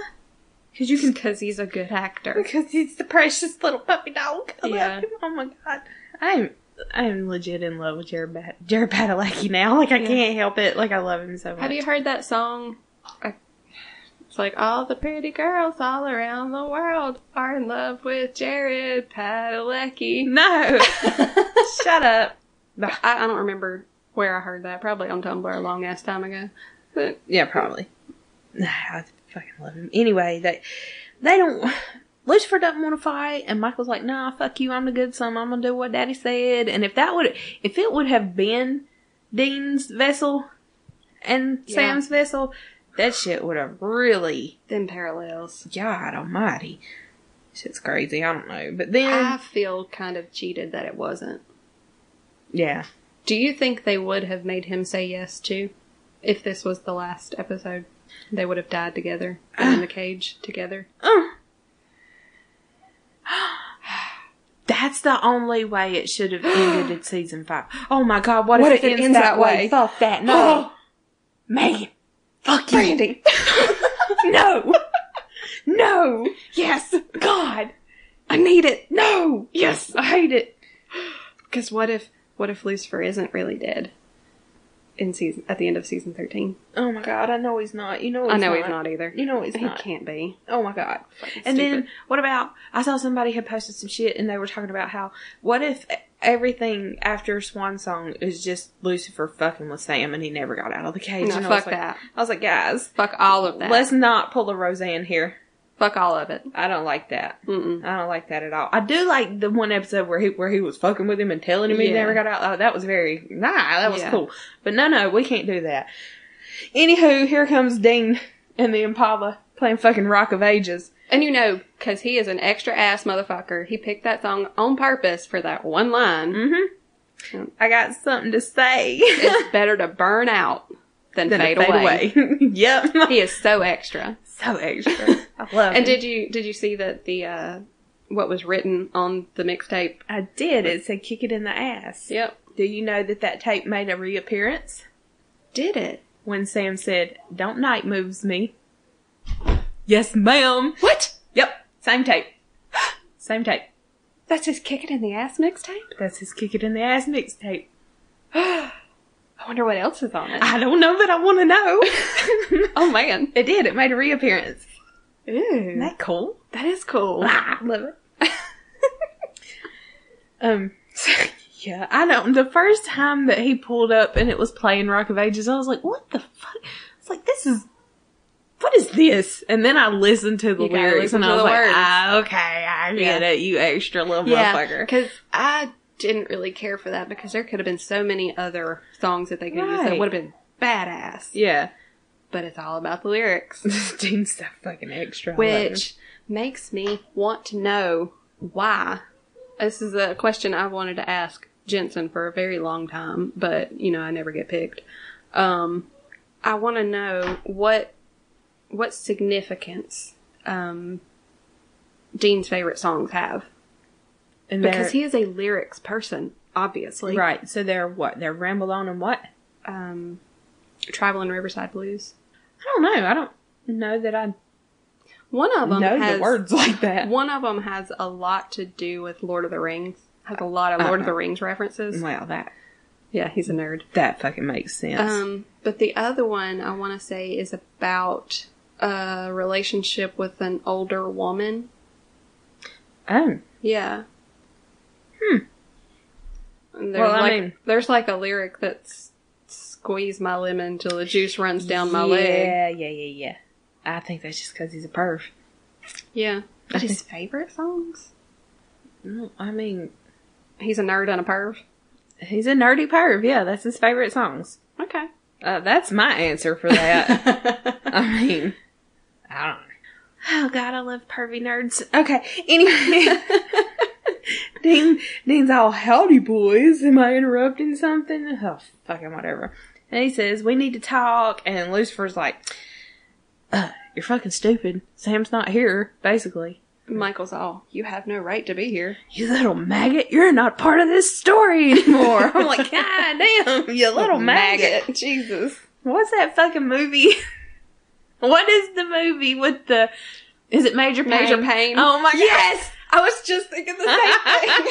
[SPEAKER 3] Cause you can
[SPEAKER 4] because he's a good actor.
[SPEAKER 3] because he's the precious little puppy dog. I love [LAUGHS]
[SPEAKER 4] Yeah.
[SPEAKER 3] him. Oh my god. I'm I'm legit in love with Jared, Bat- Jared Padalecki now. Like I can't help it. Like I love him so much.
[SPEAKER 4] Have you heard that song? I- It's like all the pretty girls all around the world are in love with Jared Padalecki.
[SPEAKER 3] No.
[SPEAKER 4] [LAUGHS]
[SPEAKER 3] Shut up.
[SPEAKER 4] I, I don't remember where I heard that. Probably on Tumblr a long ass time ago. But
[SPEAKER 3] Yeah, probably. [SIGHS] Nah, I fucking love him. Anyway, they they don't. Lucifer doesn't want to fight, and Michael's like, "Nah, fuck you. I'm the good son. I'm gonna do what Daddy said." And if that would, if it would have been Dean's vessel and
[SPEAKER 4] Yeah.
[SPEAKER 3] Sam's vessel, that shit would have really,
[SPEAKER 4] them parallels.
[SPEAKER 3] God Almighty,
[SPEAKER 4] Mm.
[SPEAKER 3] shit's crazy. I don't know, but then
[SPEAKER 4] I feel kind of cheated that it wasn't.
[SPEAKER 3] Yeah.
[SPEAKER 4] Do you think they would have made him say yes too? If this was the last episode, they would have died together, been [SIGHS] in the cage together.
[SPEAKER 3] Mm. [GASPS] That's the only way it should have ended in season five. Oh my god, what,
[SPEAKER 4] What
[SPEAKER 3] if, it ends, that, way? Fuck that. No. Megan. Fuck you.
[SPEAKER 4] Brandy!
[SPEAKER 3] [LAUGHS] No. no. Yes. God.
[SPEAKER 4] I need it!
[SPEAKER 3] No. Yes. I hate it.
[SPEAKER 4] Because what if, what if Lucifer isn't really dead? In season, at the end of season 13.
[SPEAKER 3] Oh my god, I know he's not. You know he's
[SPEAKER 4] I know
[SPEAKER 3] not.
[SPEAKER 4] he's not either.
[SPEAKER 3] You know he's
[SPEAKER 4] he
[SPEAKER 3] not.
[SPEAKER 4] can't be.
[SPEAKER 3] Oh my god. And then what about I saw somebody had posted some shit and they were talking about how what if everything after Swan Song is just Lucifer fucking with Sam and he never got out of the cage.
[SPEAKER 4] No,
[SPEAKER 3] and I was
[SPEAKER 4] fuck
[SPEAKER 3] like,
[SPEAKER 4] that.
[SPEAKER 3] I was like, guys,
[SPEAKER 4] Fuck all of that.
[SPEAKER 3] let's not pull a Roseanne here.
[SPEAKER 4] fuck all of it.
[SPEAKER 3] I don't like that.
[SPEAKER 4] Mm-mm.
[SPEAKER 3] I don't like that at all. I do like the one episode where he where he was fucking with him and telling him he
[SPEAKER 4] Yeah.
[SPEAKER 3] never got out. Oh, that was very nah. That was
[SPEAKER 4] Yeah.
[SPEAKER 3] cool. But no, no, we can't do that. Anywho, here comes Dean and the Impala playing fucking Rock of Ages.
[SPEAKER 4] And you know, because he is an extra ass motherfucker, he picked that song on purpose for that one line.
[SPEAKER 3] I got something to say. [LAUGHS]
[SPEAKER 4] It's better to burn out than,
[SPEAKER 3] Then
[SPEAKER 4] fade,
[SPEAKER 3] it fade
[SPEAKER 4] away.
[SPEAKER 3] away. [LAUGHS] yep.
[SPEAKER 4] He is so extra.
[SPEAKER 3] so extra. [LAUGHS] I love
[SPEAKER 4] And
[SPEAKER 3] it.
[SPEAKER 4] did you did you see that the uh, what was written on the mixtape?
[SPEAKER 3] I did. It said kick it in the ass.
[SPEAKER 4] Yep,
[SPEAKER 3] Do you know that that tape made a reappearance
[SPEAKER 4] did it.
[SPEAKER 3] when Sam said, "Don't night moves me." Yes, ma'am.
[SPEAKER 4] What?
[SPEAKER 3] Yep, same tape. same tape.
[SPEAKER 4] That's his kick it in the ass mixtape.
[SPEAKER 3] That's his kick it in the ass [GASPS] mixtape.
[SPEAKER 4] I wonder what else is on it.
[SPEAKER 3] I don't know, but I want to [LAUGHS] know.
[SPEAKER 4] Oh man,
[SPEAKER 3] it did. It made a reappearance.
[SPEAKER 4] Ew.
[SPEAKER 3] Isn't that cool?
[SPEAKER 4] that is cool.
[SPEAKER 3] Ah, I [LAUGHS] love it. um, [LAUGHS] yeah, I don't. The first time that he pulled up and it was playing Rock of Ages, I was like, "What the fuck?" It's like this is. What is this? And then I listened to the
[SPEAKER 4] You gotta
[SPEAKER 3] lyrics
[SPEAKER 4] listen
[SPEAKER 3] and
[SPEAKER 4] to
[SPEAKER 3] I was
[SPEAKER 4] the
[SPEAKER 3] like,
[SPEAKER 4] words.
[SPEAKER 3] ah, okay, I get it, you extra little
[SPEAKER 4] Yeah,
[SPEAKER 3] motherfucker.
[SPEAKER 4] because I didn't really care for that because there could have been so many other songs that they could have used that
[SPEAKER 3] Right.
[SPEAKER 4] would have been badass.
[SPEAKER 3] Yeah.
[SPEAKER 4] But it's all about the [LAUGHS] lyrics,
[SPEAKER 3] Dean's so fucking extra. I love him.
[SPEAKER 4] which makes me want to know why. This is a question I've wanted to ask Jensen for a very long time, but you know I never get picked. Um, I want to know what what significance um, Dean's favorite songs have
[SPEAKER 3] and they're-
[SPEAKER 4] because he is a lyrics person, obviously.
[SPEAKER 3] Right. So they're what? They're ramble on and what?
[SPEAKER 4] um, Tribal and Riverside Blues.
[SPEAKER 3] I don't know. I don't know that I
[SPEAKER 4] One of them
[SPEAKER 3] know
[SPEAKER 4] Um, has
[SPEAKER 3] the words like that.
[SPEAKER 4] One of them has a lot to do with Lord of the Rings. Has a lot of Lord of the Rings references.
[SPEAKER 3] Wow, that
[SPEAKER 4] Yeah, he's a nerd.
[SPEAKER 3] that fucking makes sense.
[SPEAKER 4] Um, but the other one I want to say is about a relationship with an older woman.
[SPEAKER 3] oh,
[SPEAKER 4] Yeah. Hmm. And there's
[SPEAKER 3] Well, I
[SPEAKER 4] like
[SPEAKER 3] mean-
[SPEAKER 4] there's like a lyric that's squeeze my lemon till the juice runs down my
[SPEAKER 3] yeah,
[SPEAKER 4] leg.
[SPEAKER 3] Yeah, yeah, yeah, I think that's just because he's a perv.
[SPEAKER 4] Yeah. But his favorite songs?
[SPEAKER 3] No, I mean,
[SPEAKER 4] He's a nerd and a perv.
[SPEAKER 3] he's a nerdy perv. Yeah, that's his favorite songs.
[SPEAKER 4] Okay.
[SPEAKER 3] Uh, that's my answer for that. [LAUGHS] I mean, I don't. know. Oh God, I love pervy nerds. Okay, anyway, [LAUGHS] Dean, Dean's all howdy boys. Am I interrupting something? Oh fucking whatever. And he says we need to talk, and Lucifer's like, uh, "You're fucking stupid. Sam's not here, basically.
[SPEAKER 4] Michael's all, you have no right to be here.
[SPEAKER 3] You little maggot. You're not part of this story anymore." I'm [LAUGHS] like, God damn, you little maggot.
[SPEAKER 4] [LAUGHS] Jesus.
[SPEAKER 3] What's that fucking movie? [LAUGHS] what is the movie with the? Is it Major Pain?
[SPEAKER 4] Major Payne.
[SPEAKER 3] Oh my god!
[SPEAKER 4] Yes! I was just thinking the same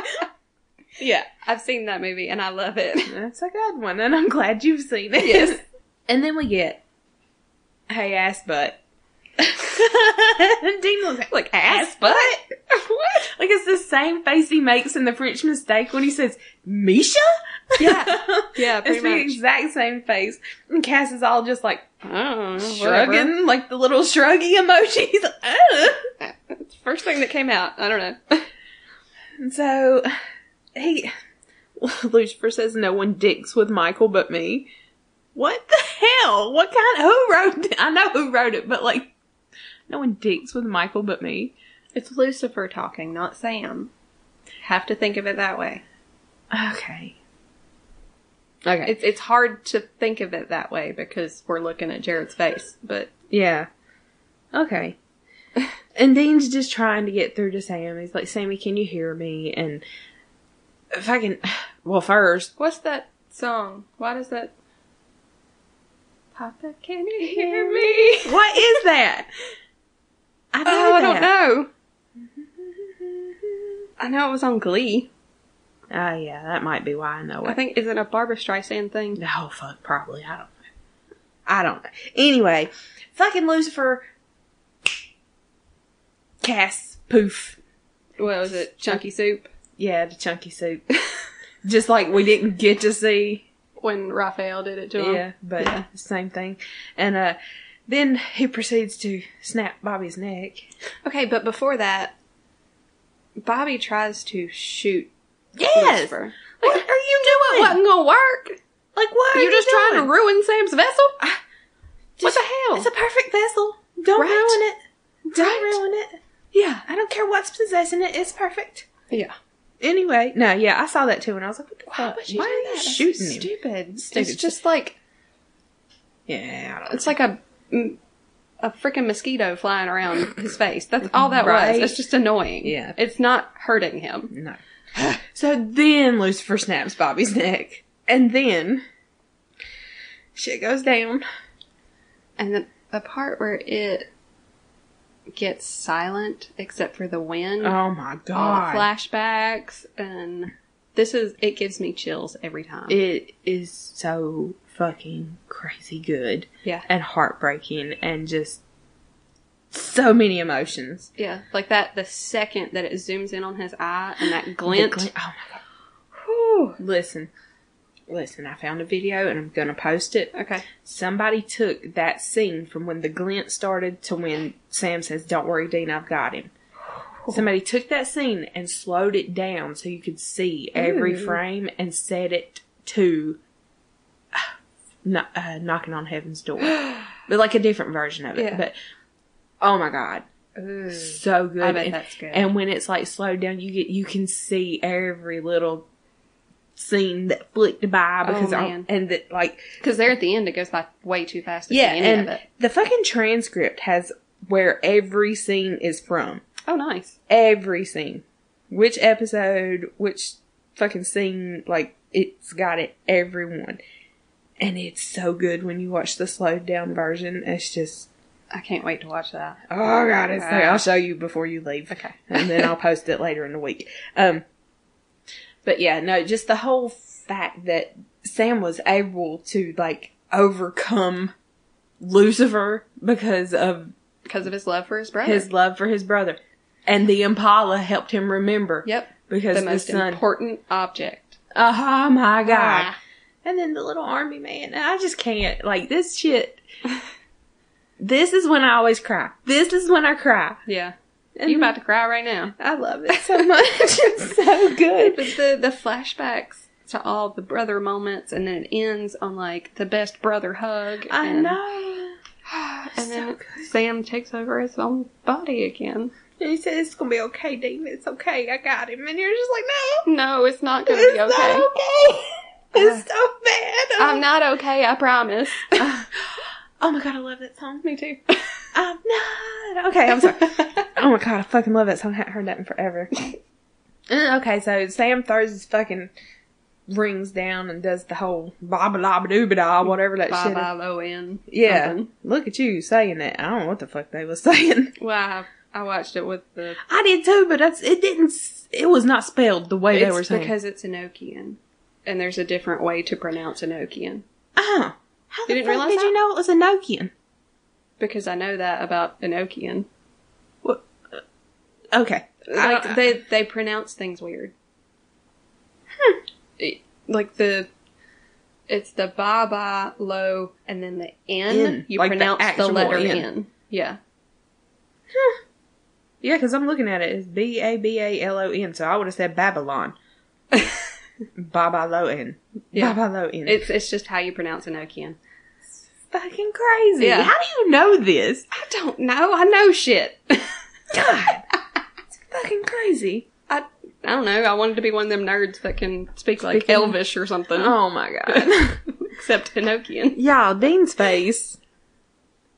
[SPEAKER 4] thing. [LAUGHS] yeah. I've seen that movie and I love it.
[SPEAKER 3] That's a good one, and I'm glad you've seen it.
[SPEAKER 4] Yes.
[SPEAKER 3] [LAUGHS] And then we get, hey ass [LAUGHS] butt. Dean looks like, like ass butt. [LAUGHS] what? Like it's the same face he makes in the French Mistake when he says Misha. [LAUGHS]
[SPEAKER 4] Yeah. Yeah,
[SPEAKER 3] it's the
[SPEAKER 4] pretty much.
[SPEAKER 3] exact same face. And Cass is all just like
[SPEAKER 4] [LAUGHS] Oh,
[SPEAKER 3] shrugging, like the little shruggy emoji. He's like, Ugh.
[SPEAKER 4] First thing that came out. I don't know. [LAUGHS]
[SPEAKER 3] And so he [LAUGHS] Lucifer says no one dicks with Michael but me. What the hell? What kind who wrote I know who wrote it, but like no one dicks with Michael but me.
[SPEAKER 4] It's Lucifer talking, not Sam. Have to think of it that way.
[SPEAKER 3] Okay.
[SPEAKER 4] Okay. It's it's hard to think of it that way because we're looking at Jared's face, but
[SPEAKER 3] Yeah. Okay. [SIGHS] and Dean's just trying to get through to Sam. He's like, Sammy, can you hear me? And if I can, [SIGHS] well, first,
[SPEAKER 4] what's that song? Why does that Papa, can you hear me?
[SPEAKER 3] what is that? [LAUGHS] I know
[SPEAKER 4] Oh, I
[SPEAKER 3] that.
[SPEAKER 4] don't know. I know it was on Glee.
[SPEAKER 3] Oh, yeah, that might be why I know
[SPEAKER 4] I
[SPEAKER 3] it.
[SPEAKER 4] think is it a Barbara Streisand thing?
[SPEAKER 3] Oh, fuck, probably. I don't know. I don't know. Anyway, fucking Lucifer. Cass. Poof.
[SPEAKER 4] What was it? Chunky Soup
[SPEAKER 3] Yeah, the chunky soup. [LAUGHS] just like we didn't get to see Um,
[SPEAKER 4] when Raphael did it to him.
[SPEAKER 3] Yeah, but same thing. And uh, then he proceeds to snap Bobby's neck.
[SPEAKER 4] Okay, but before that, Bobby tries to shoot Lucifer.
[SPEAKER 3] What are you
[SPEAKER 4] It
[SPEAKER 3] doing?
[SPEAKER 4] wasn't gonna work.
[SPEAKER 3] Like what?
[SPEAKER 4] You're just trying to ruin Sam's vessel.
[SPEAKER 3] Just-
[SPEAKER 4] what the
[SPEAKER 3] It's
[SPEAKER 4] hell?
[SPEAKER 3] a perfect vessel. Don't
[SPEAKER 4] Right.
[SPEAKER 3] ruin it. Don't
[SPEAKER 4] Right.
[SPEAKER 3] ruin it.
[SPEAKER 4] yeah,
[SPEAKER 3] I don't care what's possessing it. It's perfect.
[SPEAKER 4] yeah.
[SPEAKER 3] Anyway, no, yeah, I saw that too, and I was like, what the
[SPEAKER 4] Why,
[SPEAKER 3] fuck? Why,
[SPEAKER 4] do
[SPEAKER 3] are you
[SPEAKER 4] that? That's
[SPEAKER 3] shooting him?
[SPEAKER 4] Stupid.
[SPEAKER 3] Stupid.
[SPEAKER 4] It's just like
[SPEAKER 3] Yeah, I don't
[SPEAKER 4] it's like a mm, a freaking mosquito flying [COUGHS] around his face. That's all that
[SPEAKER 3] Right.
[SPEAKER 4] was. It's just annoying.
[SPEAKER 3] Yeah.
[SPEAKER 4] it's not hurting him.
[SPEAKER 3] No. so then Lucifer snaps Bobby's neck, and then shit goes down.
[SPEAKER 4] And the, the part where it gets silent except for the wind,
[SPEAKER 3] Oh my
[SPEAKER 4] all the
[SPEAKER 3] god!
[SPEAKER 4] Uh, flashbacks, and this is it gives me chills every time.
[SPEAKER 3] It is so fucking crazy good
[SPEAKER 4] yeah,
[SPEAKER 3] and heartbreaking and just so many emotions.
[SPEAKER 4] yeah, like that. The second that it zooms in on his eye and that
[SPEAKER 3] [GASPS] The
[SPEAKER 4] glint.
[SPEAKER 3] glint- oh my god. Listen. Listen, I found a video and I'm gonna post it.
[SPEAKER 4] Okay.
[SPEAKER 3] Somebody took that scene from when the glint started to when Sam says, Don't worry, Dean, I've got him. Somebody took that scene and slowed it down so you could see every frame and set it to kno- uh, knocking on heaven's
[SPEAKER 4] [GASPS]
[SPEAKER 3] door. but like a different version of it.
[SPEAKER 4] Yeah.
[SPEAKER 3] But oh my god. So good.
[SPEAKER 4] I bet
[SPEAKER 3] and,
[SPEAKER 4] that's good.
[SPEAKER 3] and when it's like slowed down, you get you can see every little scene that flicked by
[SPEAKER 4] Oh,
[SPEAKER 3] because I-
[SPEAKER 4] man.
[SPEAKER 3] and that like
[SPEAKER 4] Because there at the end, it goes by way too fast to
[SPEAKER 3] yeah,
[SPEAKER 4] see any
[SPEAKER 3] and
[SPEAKER 4] of it.
[SPEAKER 3] the fucking transcript has where every scene is from.
[SPEAKER 4] Oh, nice.
[SPEAKER 3] Every scene. Which episode, which fucking scene, like, it's got it, everyone. And it's so good when you watch the slowed down version. It's just,
[SPEAKER 4] I can't wait to watch that.
[SPEAKER 3] oh god, it's like, I'll show you before you leave.
[SPEAKER 4] Uh, Okay.
[SPEAKER 3] And then
[SPEAKER 4] [LAUGHS]
[SPEAKER 3] I'll post it later in the week. Um, but yeah, no, just the whole fact that Sam was able to, like, overcome Lucifer because of
[SPEAKER 4] Because of his love for his brother.
[SPEAKER 3] his love for his brother. And the Impala helped him remember.
[SPEAKER 4] yep.
[SPEAKER 3] Because
[SPEAKER 4] The
[SPEAKER 3] the,
[SPEAKER 4] most
[SPEAKER 3] sun.
[SPEAKER 4] important object.
[SPEAKER 3] oh my god.
[SPEAKER 4] Ah.
[SPEAKER 3] And then the little army man. I just can't. Like this
[SPEAKER 4] [LAUGHS]
[SPEAKER 3] shit. this is when I always cry. This is when I cry.
[SPEAKER 4] Yeah.
[SPEAKER 3] And
[SPEAKER 4] you about to cry right now.
[SPEAKER 3] [LAUGHS] I love it so
[SPEAKER 4] [LAUGHS]
[SPEAKER 3] much. it's so
[SPEAKER 4] But
[SPEAKER 3] good.
[SPEAKER 4] the, the flashbacks to all the brother moments, and then it ends on like the best brother hug.
[SPEAKER 3] I
[SPEAKER 4] and,
[SPEAKER 3] [SIGHS] know.
[SPEAKER 4] And then Sam takes over his own body again.
[SPEAKER 3] And he said, It's gonna be okay, Dean. It's okay. I got him. And you're just like, No.
[SPEAKER 4] No, it's not going to
[SPEAKER 3] It's
[SPEAKER 4] be
[SPEAKER 3] not
[SPEAKER 4] okay.
[SPEAKER 3] okay. [LAUGHS] It's so bad.
[SPEAKER 4] I'm not okay, I promise.
[SPEAKER 3] [GASPS] oh my god, I love that song.
[SPEAKER 4] Me too.
[SPEAKER 3] [LAUGHS] I'm not. Okay, I'm
[SPEAKER 4] [LAUGHS]
[SPEAKER 3] sorry. oh my god, I fucking love that song. I haven't heard that in forever. [LAUGHS] Uh, okay, so Sam throws his fucking rings down and does the whole blah blah blah doo da whatever that
[SPEAKER 4] Bye
[SPEAKER 3] shit.
[SPEAKER 4] bye,
[SPEAKER 3] Is.
[SPEAKER 4] low end.
[SPEAKER 3] Yeah,
[SPEAKER 4] something.
[SPEAKER 3] look at you saying that. I don't know what the fuck they was [LAUGHS] saying.
[SPEAKER 4] Well, I, I watched it with the.
[SPEAKER 3] I did too, but that's it. Didn't s- it was not spelled the way Oh, they were
[SPEAKER 4] It's
[SPEAKER 3] saying.
[SPEAKER 4] because it's Enochian, and there's a different way to pronounce Enochian.
[SPEAKER 3] oh, how the
[SPEAKER 4] didn't
[SPEAKER 3] fuck
[SPEAKER 4] realize
[SPEAKER 3] did you
[SPEAKER 4] that?
[SPEAKER 3] know it was Enochian?
[SPEAKER 4] Because I know that about Enochian.
[SPEAKER 3] Okay, I-
[SPEAKER 4] Like they they pronounce things weird. It- like the. It's the ba ba low and then the n.
[SPEAKER 3] N,
[SPEAKER 4] You
[SPEAKER 3] like the
[SPEAKER 4] pronounce the,
[SPEAKER 3] actual
[SPEAKER 4] letter
[SPEAKER 3] N.
[SPEAKER 4] n. Yeah. [LAUGHS]
[SPEAKER 3] Yeah, because I'm looking at it. It's B A B A L O N. So I would have said Babylon. Babaloan.
[SPEAKER 4] Yeah.
[SPEAKER 3] Babaloan.
[SPEAKER 4] It's it's just how you pronounce Enochian.
[SPEAKER 3] fucking crazy.
[SPEAKER 4] Yeah.
[SPEAKER 3] How do you know this?
[SPEAKER 4] I don't know. [LAUGHS] I know shit.
[SPEAKER 3] God. it's fucking crazy.
[SPEAKER 4] I I don't know. I wanted to be one of them nerds that can speak like
[SPEAKER 3] Speaking-
[SPEAKER 4] Elvish or something,
[SPEAKER 3] Oh my god.
[SPEAKER 4] [LAUGHS] except Enochian.
[SPEAKER 3] [LAUGHS] Y'all, Dean's face.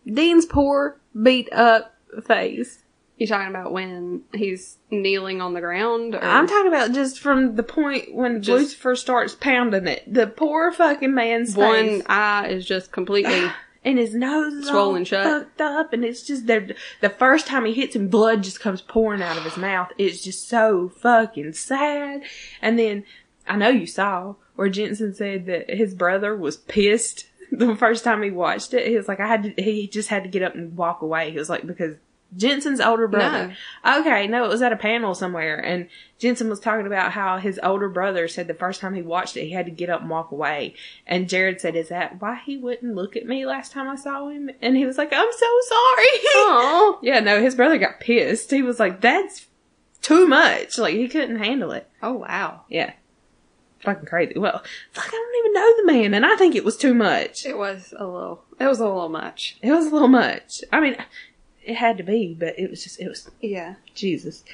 [SPEAKER 3] Dean's poor, beat up face.
[SPEAKER 4] You talking about when he's kneeling on the ground? Or?
[SPEAKER 3] I'm talking about just from the point when
[SPEAKER 4] Um, Just-
[SPEAKER 3] Lucifer starts pounding it. The poor fucking man's
[SPEAKER 4] one
[SPEAKER 3] face.
[SPEAKER 4] eye is just completely.
[SPEAKER 3] and his nose is
[SPEAKER 4] Swollen
[SPEAKER 3] all
[SPEAKER 4] shut.
[SPEAKER 3] fucked up, and it's just the the first time he hits him, blood just comes pouring out of his mouth. It's just so fucking sad. And then I know you saw where Jensen said that his brother was pissed [LAUGHS] the first time he watched it. He was like, I had to, he just had to get up and walk away. He was like, because Jensen's older brother. Okay, no, it was at a panel somewhere, and Jensen was talking about how his older brother said the first time he watched it, he had to get up and walk away. And Jared said, Is that why he wouldn't look at me last time I saw him? And he was like, I'm so
[SPEAKER 4] Oh.
[SPEAKER 3] sorry. [LAUGHS]
[SPEAKER 4] [LAUGHS] Aw.
[SPEAKER 3] yeah, no, his brother got pissed. He was like, That's too much. Like, he couldn't handle it.
[SPEAKER 4] Oh wow.
[SPEAKER 3] Yeah. Fucking crazy. Well, fuck, I don't even know the man, and I think it was too much.
[SPEAKER 4] It was a little. It was a little much.
[SPEAKER 3] It was a little much. I mean, it had to be, but it was just, it was
[SPEAKER 4] Yeah.
[SPEAKER 3] Jesus.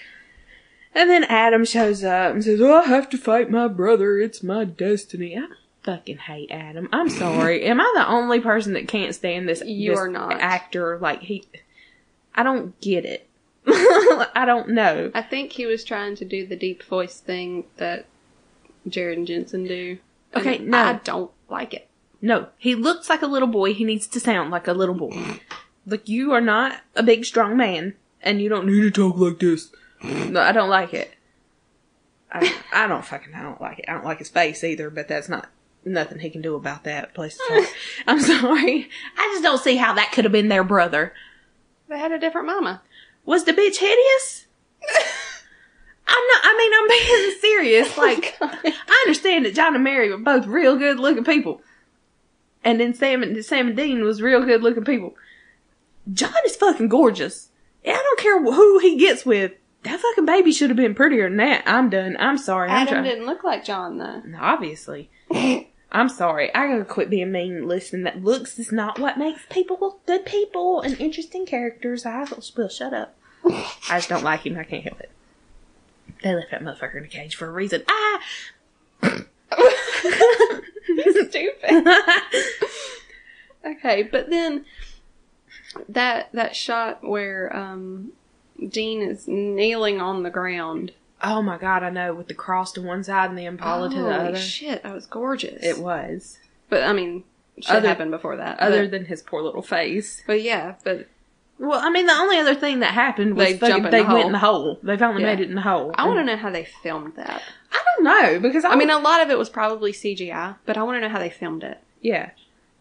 [SPEAKER 3] And then Adam shows up and says, well, I have to fight my brother. It's my destiny. I fucking hate Adam. I'm
[SPEAKER 4] [LAUGHS]
[SPEAKER 3] sorry. Am I the only person that can't stand this,
[SPEAKER 4] You
[SPEAKER 3] this
[SPEAKER 4] are not.
[SPEAKER 3] actor? Like, he. I don't get it. [LAUGHS] I don't know.
[SPEAKER 4] I think he was trying to do the deep voice thing that Jared and Jensen do. and
[SPEAKER 3] Okay, no.
[SPEAKER 4] I don't like it.
[SPEAKER 3] No, he looks like a little boy. He needs to sound like a little boy. Like, you are not a big, strong man, and you don't need to talk like this. No, I don't like it. I, I don't fucking, I don't like it. I don't like his face either, but that's not, nothing he can do about that. Place to talk. I'm sorry. I just don't see how that could have been their brother.
[SPEAKER 4] They had a different mama.
[SPEAKER 3] Was the bitch hideous? I'm not, I mean, I'm being [LAUGHS] serious. Like, I understand that John and Mary were both real good looking people. And then Sam and Sam and Dean was real good looking people. John is fucking gorgeous. And I don't care who he gets with. That fucking baby should have been prettier than that. I'm done. I'm sorry. I'm
[SPEAKER 4] Adam
[SPEAKER 3] trying-
[SPEAKER 4] didn't look like John though.
[SPEAKER 3] [LAUGHS] No, Obviously. I'm sorry. I gotta quit being mean. and Listen, that looks is not what makes people good people and interesting characters. I will shut up. I just don't like him. I can't help it. They left that motherfucker in a cage for a reason. Ah!
[SPEAKER 4] Stupid. [LAUGHS] Okay, but then that that shot where um, Dean is kneeling on the ground.
[SPEAKER 3] oh my god, I know. With the cross to one side and the Impala to the
[SPEAKER 4] Holy
[SPEAKER 3] other.
[SPEAKER 4] shit, that was gorgeous.
[SPEAKER 3] It was.
[SPEAKER 4] but I mean, shit
[SPEAKER 3] Other-
[SPEAKER 4] happened before that.
[SPEAKER 3] Other
[SPEAKER 4] but,
[SPEAKER 3] than his poor little face.
[SPEAKER 4] but yeah, but
[SPEAKER 3] Well, I mean, the only other thing that happened was
[SPEAKER 4] They
[SPEAKER 3] they,
[SPEAKER 4] jump in
[SPEAKER 3] they
[SPEAKER 4] the
[SPEAKER 3] went
[SPEAKER 4] hole.
[SPEAKER 3] in the hole. They finally
[SPEAKER 4] Yeah.
[SPEAKER 3] made it in the hole.
[SPEAKER 4] I want to know how they filmed that.
[SPEAKER 3] to. I don't know because
[SPEAKER 4] I mean, a lot of it was probably CGI, but I want to know how they filmed it.
[SPEAKER 3] Yeah.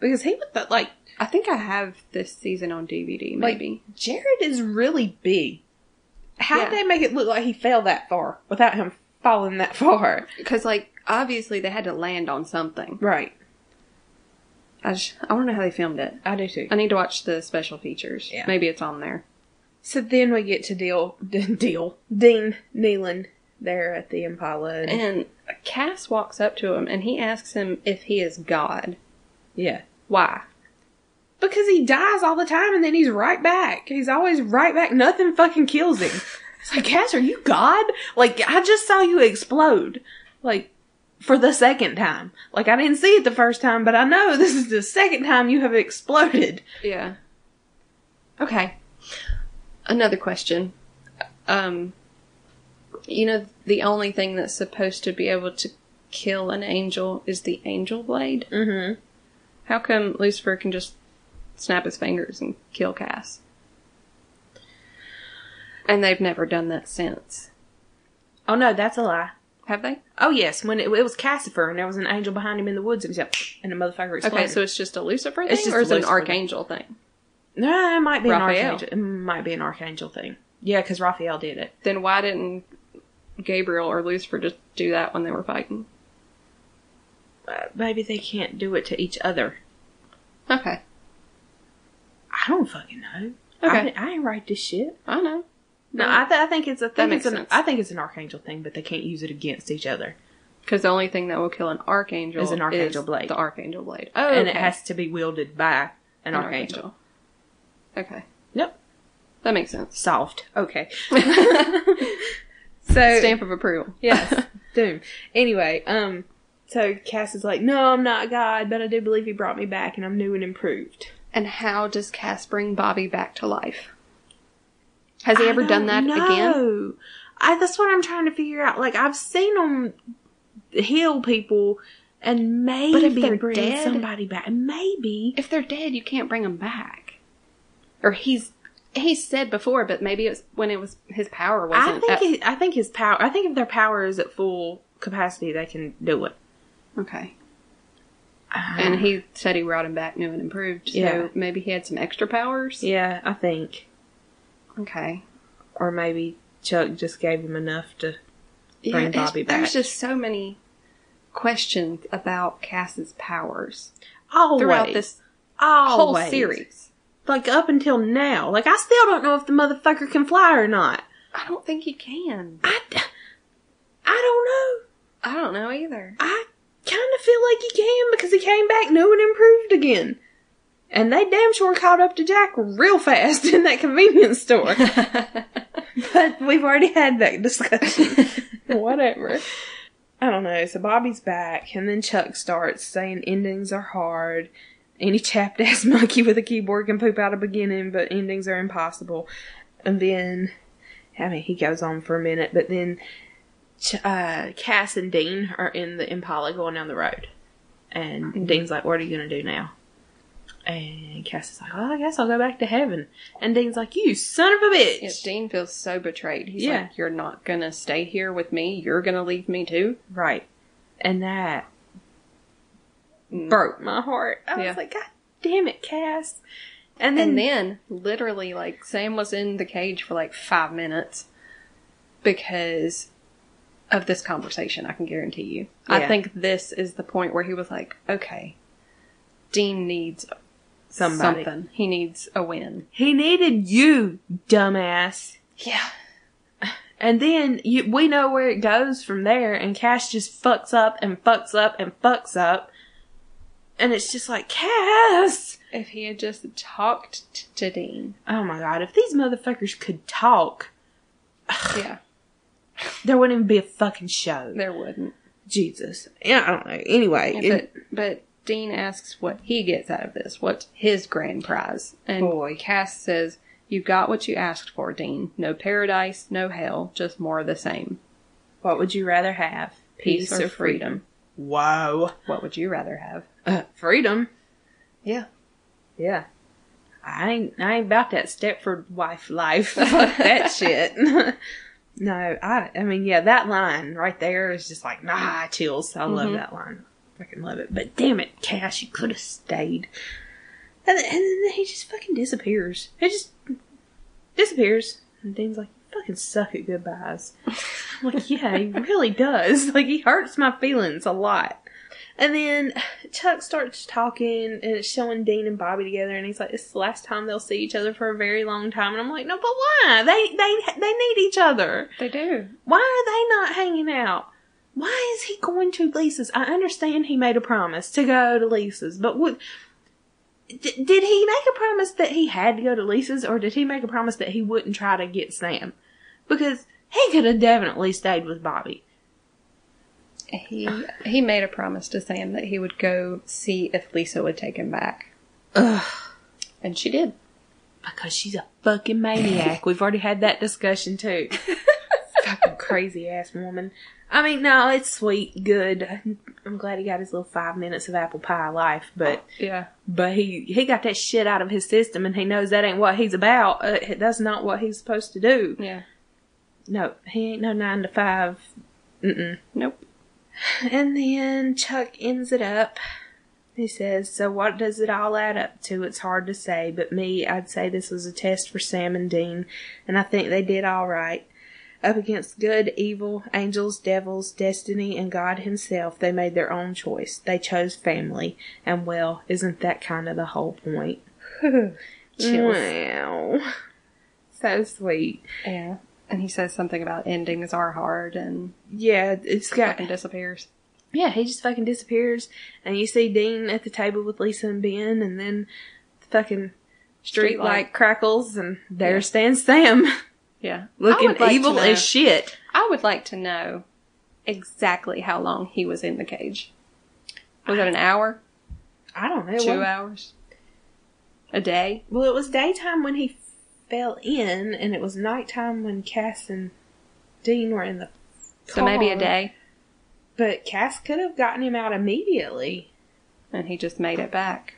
[SPEAKER 3] Because he would, th- like,
[SPEAKER 4] I think I have this season on DVD,
[SPEAKER 3] Like-
[SPEAKER 4] maybe.
[SPEAKER 3] Jared is really big. How'd
[SPEAKER 4] Yeah.
[SPEAKER 3] they make it look like he fell that far without him falling that [LAUGHS] far?
[SPEAKER 4] Because, like, obviously they had to land on something.
[SPEAKER 3] Right.
[SPEAKER 4] I, just, I want to know how they filmed it.
[SPEAKER 3] I do too.
[SPEAKER 4] I need to watch the special features.
[SPEAKER 3] Yeah.
[SPEAKER 4] Maybe it's on there.
[SPEAKER 3] So then we get to deal, [LAUGHS] d- deal, Dean Nealon there at the Impala. And,
[SPEAKER 4] And Cass walks up to him and he asks him if he is God.
[SPEAKER 3] yeah.
[SPEAKER 4] Why?
[SPEAKER 3] Because he dies all the time and then he's right back. He's always right back. Nothing fucking kills him. It's like, Cass, are you God? Like, I just saw you explode. Like, for the second time. Like, I didn't see it the first time, but I know this is the second time you have exploded.
[SPEAKER 4] Yeah. Okay. Another question. Um, you know, the only thing that's supposed to be able to kill an angel is the angel blade.
[SPEAKER 3] Mm hmm.
[SPEAKER 4] Mm-hmm. How come Lucifer can just snap his fingers and kill Cass? And they've never done that since,
[SPEAKER 3] Oh no, that's a lie.
[SPEAKER 4] have they?
[SPEAKER 3] Oh yes, when it, it was Cassifer and there was an angel behind him in the woods and he said, and the motherfucker
[SPEAKER 4] Okay,
[SPEAKER 3] exploded.
[SPEAKER 4] so it's just a Lucifer thing,
[SPEAKER 3] It's just
[SPEAKER 4] or
[SPEAKER 3] a
[SPEAKER 4] is it an
[SPEAKER 3] Lucifer thing.
[SPEAKER 4] archangel thing?
[SPEAKER 3] no, it might be an
[SPEAKER 4] Raphael.
[SPEAKER 3] archangel. It might be an archangel thing. Yeah, because Raphael did it.
[SPEAKER 4] Then why didn't Gabriel or Lucifer just do that when they were fighting?
[SPEAKER 3] Uh, maybe they can't do it to each other.
[SPEAKER 4] Okay,
[SPEAKER 3] I don't fucking know.
[SPEAKER 4] Okay.
[SPEAKER 3] I, didn't- I ain't write this shit.
[SPEAKER 4] I know.
[SPEAKER 3] No, I, th- I think it's a thing.
[SPEAKER 4] makes
[SPEAKER 3] it's an,
[SPEAKER 4] sense.
[SPEAKER 3] I think it's an archangel thing, but they can't use it against each other,
[SPEAKER 4] Because the only thing that will kill an archangel
[SPEAKER 3] Is an archangel
[SPEAKER 4] is
[SPEAKER 3] blade.
[SPEAKER 4] The archangel blade. Oh,
[SPEAKER 3] and it
[SPEAKER 4] okay.
[SPEAKER 3] has to be wielded by an, archangel.
[SPEAKER 4] archangel. Okay,
[SPEAKER 3] Yep,
[SPEAKER 4] [LAUGHS] that makes sense.
[SPEAKER 3] solved. Okay. So
[SPEAKER 4] Stamp of approval.
[SPEAKER 3] Yes, Doom. Anyway, um, so Cass is like, no, I'm not God, but I do believe He brought me back, and I'm new and improved.
[SPEAKER 4] And how does Cass bring Bobby back to life? Has he ever
[SPEAKER 3] I
[SPEAKER 4] done that
[SPEAKER 3] don't
[SPEAKER 4] again?
[SPEAKER 3] know. I that's what I'm trying to figure out. Like I've seen them heal people, and maybe
[SPEAKER 4] they're
[SPEAKER 3] bring
[SPEAKER 4] dead-
[SPEAKER 3] somebody back. Maybe
[SPEAKER 4] If they're dead, you can't bring them back. Or he's he's said before, but maybe it was when it was his power wasn't.
[SPEAKER 3] I think
[SPEAKER 4] at-
[SPEAKER 3] he- I think his power. I think if their power is at full capacity, they can do it.
[SPEAKER 4] okay. And he said he brought him back new and improved, so
[SPEAKER 3] Yeah.
[SPEAKER 4] maybe he had some extra powers.
[SPEAKER 3] Yeah, I think,
[SPEAKER 4] Okay.
[SPEAKER 3] or maybe Chuck just gave him enough to.
[SPEAKER 4] Yeah,
[SPEAKER 3] Bring
[SPEAKER 4] it's-
[SPEAKER 3] Bobby
[SPEAKER 4] There's
[SPEAKER 3] back.
[SPEAKER 4] just so many questions about Cass's powers
[SPEAKER 3] Always,
[SPEAKER 4] throughout this whole
[SPEAKER 3] Always.
[SPEAKER 4] series.
[SPEAKER 3] like up until now. Like I still don't know if the motherfucker can fly or not.
[SPEAKER 4] I don't think he can.
[SPEAKER 3] I, I don't know.
[SPEAKER 4] I don't know either.
[SPEAKER 3] I kind of feel like he can because he came back new and improved again. And they damn sure caught up to Jack real fast [LAUGHS] in that convenience [LAUGHS] store. but we've already had that discussion. Whatever. I don't know. So Bobby's back, and then Chuck starts saying endings are hard. Any chapped [LAUGHS] ass monkey with a keyboard can poop out a beginning, but endings are impossible. And then, I mean, he goes on for a minute, but then Ch- uh, Cass and Dean are in the Impala going down the road. And Dean's like, What are you going to do now? And Cass is like, Well, I guess I'll go back to heaven. And Dean's like, You son of a bitch!
[SPEAKER 4] Yeah, Dean feels so betrayed. He's
[SPEAKER 3] Yeah.
[SPEAKER 4] like, "You're not gonna stay here with me. You're gonna leave me too."
[SPEAKER 3] Right. And that
[SPEAKER 4] Mm.
[SPEAKER 3] broke my heart. I
[SPEAKER 4] Yeah.
[SPEAKER 3] was like, God damn it, Cass. And then,
[SPEAKER 4] And then, literally, like Sam was in the cage for like five minutes because of this conversation. I can guarantee you. I
[SPEAKER 3] Yeah.
[SPEAKER 4] think this is the point where he was like, "Okay, Dean needs
[SPEAKER 3] somebody.
[SPEAKER 4] something. He needs a win."
[SPEAKER 3] He needed you, dumbass.
[SPEAKER 4] Yeah.
[SPEAKER 3] And then you, we know where it goes from there, and Cass just fucks up and fucks up and fucks up. And it's just like, Cass!
[SPEAKER 4] If he had just talked t- to Dean,
[SPEAKER 3] Oh my god, if these motherfuckers could talk,
[SPEAKER 4] yeah,
[SPEAKER 3] there wouldn't even be a fucking show.
[SPEAKER 4] there wouldn't.
[SPEAKER 3] Jesus. Yeah, I don't know. Anyway,
[SPEAKER 4] Yeah,
[SPEAKER 3] it-
[SPEAKER 4] but but Dean asks what he gets out of this. What's his grand prize? And
[SPEAKER 3] Boy.
[SPEAKER 4] Cass says, "You got what you asked for, Dean. No paradise, no hell, just more of the same.
[SPEAKER 3] what would you rather have?
[SPEAKER 4] Peace, or freedom.
[SPEAKER 3] Wow.
[SPEAKER 4] What would you rather have?"
[SPEAKER 3] Uh, freedom?
[SPEAKER 4] Yeah.
[SPEAKER 3] Yeah. I ain't I ain't about that Stepford wife life. Fuck that shit. [LAUGHS] no, I I mean yeah, that line right there is just like nah chills. I love that line. Fucking love it. But damn it, Cash, you could have stayed. And then, and then he just fucking disappears. He just disappears. And Dean's like, you fucking suck at goodbyes. [LAUGHS] I'm like, yeah, he really does. Like he hurts my feelings a lot. And then Chuck starts talking and it's showing Dean and Bobby together and he's like, It's the last time they'll see each other for a very long time and I'm like, No, but why? They they they need each other.
[SPEAKER 4] They do.
[SPEAKER 3] Why are they not hanging out? Why is he going to Lisa's? I understand he made a promise to go to Lisa's, but what d- did he make a promise that he had to go to Lisa's or did he make a promise that he wouldn't try to get Sam? Because he could have definitely stayed with Bobby.
[SPEAKER 4] He he made a promise to Sam that he would go see if Lisa would take him back.
[SPEAKER 3] Ugh.
[SPEAKER 4] And she did.
[SPEAKER 3] Because she's a fucking maniac. [LAUGHS] We've already had that discussion too. [LAUGHS] fucking crazy ass woman. I mean, no, it's sweet, good. I'm glad he got his little five minutes of apple pie life, but
[SPEAKER 4] Yeah.
[SPEAKER 3] but he he got that shit out of his system, and he knows that ain't what he's about. Uh, that's not what he's supposed to do.
[SPEAKER 4] Yeah.
[SPEAKER 3] No, he ain't no nine to five. Mm-mm.
[SPEAKER 4] Nope.
[SPEAKER 3] And then Chuck ends it up. He says, So what does it all add up to? It's hard to say, but me, I'd say this was a test for Sam and Dean, and I think they did all right. Up against good, evil, angels, devils, destiny, and God Himself, they made their own choice. They chose family, and well, isn't that kind of the whole point?
[SPEAKER 4] Chills.
[SPEAKER 3] Wow. So sweet.
[SPEAKER 4] Yeah. And he says something about endings are hard and
[SPEAKER 3] Yeah, it's got
[SPEAKER 4] fucking disappears.
[SPEAKER 3] yeah, he just fucking disappears, and you see Dean at the table with Lisa and Ben, and then the fucking street [LAUGHS]
[SPEAKER 4] Streetlight.
[SPEAKER 3] light crackles, and there stands Sam,
[SPEAKER 4] Yeah. I
[SPEAKER 3] looking
[SPEAKER 4] would like to
[SPEAKER 3] evil
[SPEAKER 4] know-
[SPEAKER 3] as shit.
[SPEAKER 4] I would like to know exactly how long he was in the cage. Was it an hour?
[SPEAKER 3] I don't know.
[SPEAKER 4] Two
[SPEAKER 3] Well,
[SPEAKER 4] hours? A day?
[SPEAKER 3] well, it was daytime when he fell in, and it was nighttime when Cass and Dean were in the
[SPEAKER 4] So maybe a
[SPEAKER 3] car.
[SPEAKER 4] day.
[SPEAKER 3] But Cass could have gotten him out immediately.
[SPEAKER 4] And he just made it back.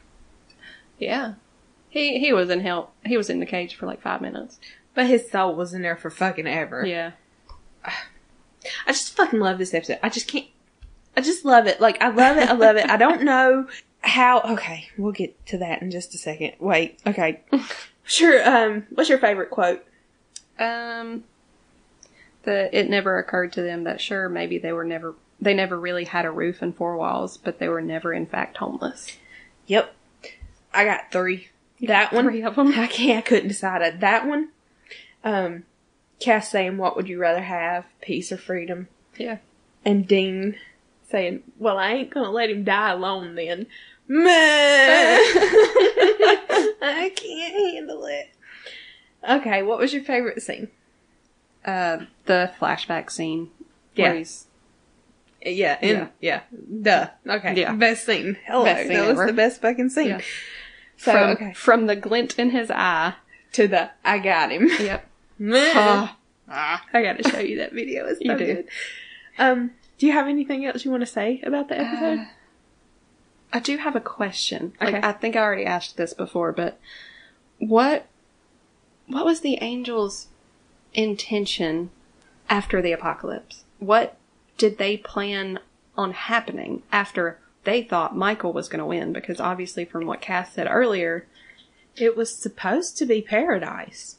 [SPEAKER 4] Yeah. He he was in hell he was in the cage for like five minutes.
[SPEAKER 3] But his soul was in there for fucking ever.
[SPEAKER 4] Yeah.
[SPEAKER 3] I just fucking love this episode. I just can't. I just love it. Like, I love it. I love it. I [LAUGHS] don't know how. Okay, we'll get to that in just a second. Wait. Okay. [LAUGHS] Sure. Um, what's your favorite quote?
[SPEAKER 4] Um the it never occurred to them that sure maybe they were never they never really had a roof and four walls, but they were never in fact homeless.
[SPEAKER 3] Yep. I got three. That one.
[SPEAKER 4] Three of them.
[SPEAKER 3] [LAUGHS] I can't. I couldn't decide. Uh, That one. Um, Cass saying, "What would you rather have, peace or freedom?"
[SPEAKER 4] Yeah.
[SPEAKER 3] And Dean saying, "Well, I ain't gonna let him die alone
[SPEAKER 4] [LAUGHS]
[SPEAKER 3] then." Meh. [LAUGHS] I can't handle it. Okay, what was your favorite scene?
[SPEAKER 4] Uh the flashback scene.
[SPEAKER 3] Yeah.
[SPEAKER 4] Where he's
[SPEAKER 3] Yeah, and, yeah, duh. Okay,
[SPEAKER 4] Yeah.
[SPEAKER 3] best scene. Hello,
[SPEAKER 4] Best scene
[SPEAKER 3] that was
[SPEAKER 4] ever.
[SPEAKER 3] the best fucking scene.
[SPEAKER 4] Yeah.
[SPEAKER 3] So
[SPEAKER 4] from,
[SPEAKER 3] okay,
[SPEAKER 4] from the glint in his eye.
[SPEAKER 3] to the I got him.
[SPEAKER 4] Yep.
[SPEAKER 3] [LAUGHS] Meh.
[SPEAKER 4] Ah.
[SPEAKER 3] I gotta show you that video. It's so
[SPEAKER 4] You do.
[SPEAKER 3] good. Um, do you have anything else you want to say about the episode?
[SPEAKER 4] Uh, I do have a question. Like
[SPEAKER 3] Okay.
[SPEAKER 4] I think I already asked this before, but what what was the angel's intention after the apocalypse? What did they plan on happening after they thought Michael was going to win? Because obviously, from what Cass said earlier,
[SPEAKER 3] it was supposed to be paradise.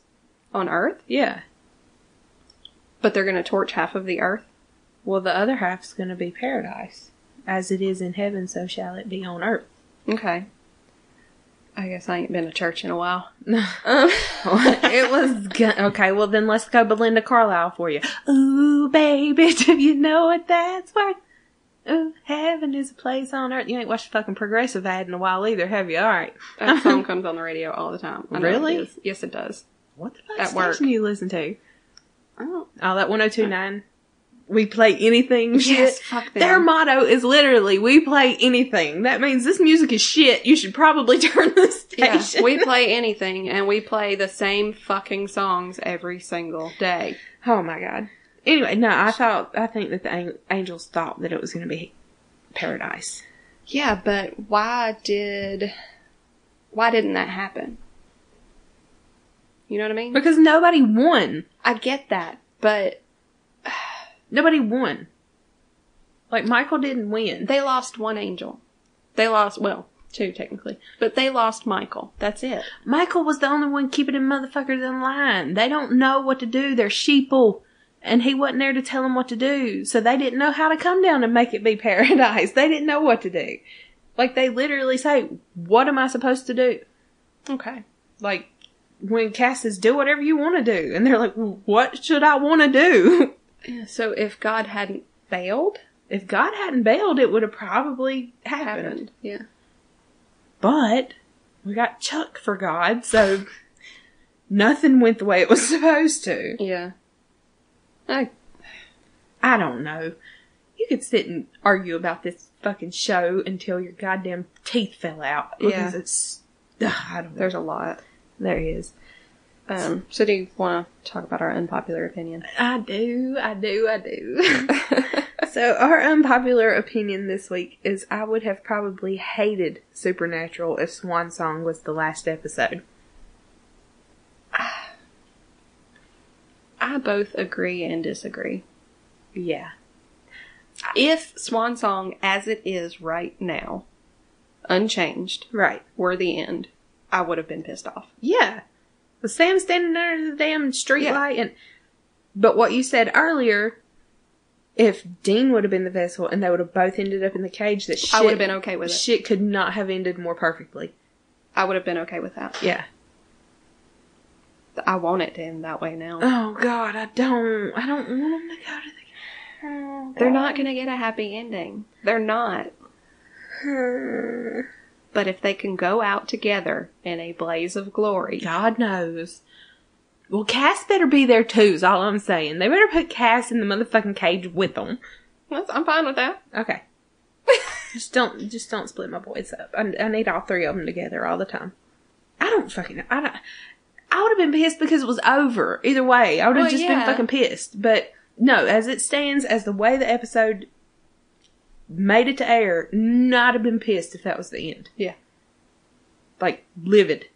[SPEAKER 4] on Earth,
[SPEAKER 3] Yeah.
[SPEAKER 4] but they're going to torch half of the Earth.
[SPEAKER 3] Well, the other half's going to be paradise. As it is in heaven, so shall it be on [LAUGHS] earth.
[SPEAKER 4] Okay. I guess I ain't been to church in a while.
[SPEAKER 3] Um, [LAUGHS] it was go- okay. Well, then let's go Belinda Carlisle for you. Ooh, baby, [LAUGHS] do you know what that's worth? Ooh, heaven is a place on earth. You ain't watched fucking progressive ad in a while either, have you? All right.
[SPEAKER 4] That [LAUGHS] song comes on the radio all the time. I know it
[SPEAKER 3] Really?
[SPEAKER 4] is. Yes, it does.
[SPEAKER 3] What the fuck
[SPEAKER 4] At work.
[SPEAKER 3] station do you listen to?
[SPEAKER 4] I don't
[SPEAKER 3] Oh, that 1029. We play anything.
[SPEAKER 4] Yes,
[SPEAKER 3] shit.
[SPEAKER 4] fuck them.
[SPEAKER 3] Their motto is literally, we play anything. That means this music is shit. You should probably [LAUGHS] turn the
[SPEAKER 4] [LAUGHS] Yeah,
[SPEAKER 3] station.
[SPEAKER 4] we play anything, and we play the same fucking songs every single day.
[SPEAKER 3] Oh my god. Anyway, no, I thought I think that the an- angels thought that it was going to be paradise.
[SPEAKER 4] Yeah, but why did why didn't that happen? You know what I mean?
[SPEAKER 3] Because nobody won.
[SPEAKER 4] I get that, but
[SPEAKER 3] Nobody won. Like Michael didn't win.
[SPEAKER 4] they lost one angel. They lost well, two technically, but they lost Michael. That's it.
[SPEAKER 3] Michael was the only one keeping them motherfuckers in line. They don't know what to do. They're sheeple. And he wasn't there to tell them what to do. So they didn't know how to come down and make it be [LAUGHS] paradise. They didn't know what to do. Like they literally say, what am I supposed to do?
[SPEAKER 4] Okay.
[SPEAKER 3] Like when Cass says, do whatever you want to do. And they're like, what should I want to do?
[SPEAKER 4] Yeah, so if God hadn't failed,
[SPEAKER 3] If God hadn't bailed, it would have probably happened.
[SPEAKER 4] happened. Yeah.
[SPEAKER 3] But we got Chuck for God. So nothing went the way it was supposed to.
[SPEAKER 4] Yeah. I
[SPEAKER 3] I don't know. You could sit and argue about this fucking show until your goddamn teeth fell out. Because
[SPEAKER 4] Yeah.
[SPEAKER 3] it's, ugh, I don't know.
[SPEAKER 4] there's a lot.
[SPEAKER 3] There he is.
[SPEAKER 4] Um, so do you want to talk about our unpopular [LAUGHS] opinion?
[SPEAKER 3] I do, I do, [LAUGHS] I do. so our unpopular opinion this week is I would have probably hated Supernatural if Swan Song was the last episode.
[SPEAKER 4] I both agree and disagree.
[SPEAKER 3] Yeah.
[SPEAKER 4] If Swan Song, as it is right now, unchanged,
[SPEAKER 3] Right.
[SPEAKER 4] were the end, I would have been pissed off.
[SPEAKER 3] Yeah. With Sam standing under the damn streetlight
[SPEAKER 4] Yeah.
[SPEAKER 3] and but what you said earlier, if Dean would have been the vessel and they would have both ended up in the cage, that shit
[SPEAKER 4] I would have been okay with it.
[SPEAKER 3] Shit could not have ended more perfectly.
[SPEAKER 4] I would have been okay with that.
[SPEAKER 3] Yeah.
[SPEAKER 4] I want it to end that way now.
[SPEAKER 3] Oh God, I don't I don't want them to go to the Oh,
[SPEAKER 4] They're not going to get a happy ending. They're not.
[SPEAKER 3] [LAUGHS] God.
[SPEAKER 4] But if they can go out together in a blaze of glory,
[SPEAKER 3] God knows. Well, Cass better be there too, is all I'm saying. They better put Cass in the motherfucking cage with them.
[SPEAKER 4] That's, I'm fine with that. [LAUGHS]
[SPEAKER 3] Okay. just don't, just don't split my boys up. I, I need all three of them together all the time. I don't fucking, know. I don't, I would have been pissed because it was over. Either way, I would have
[SPEAKER 4] Well,
[SPEAKER 3] just
[SPEAKER 4] yeah.
[SPEAKER 3] been fucking pissed. But no, as it stands, as the way the episode made it to air, not have been pissed if that was the end.
[SPEAKER 4] Yeah.
[SPEAKER 3] Like, livid.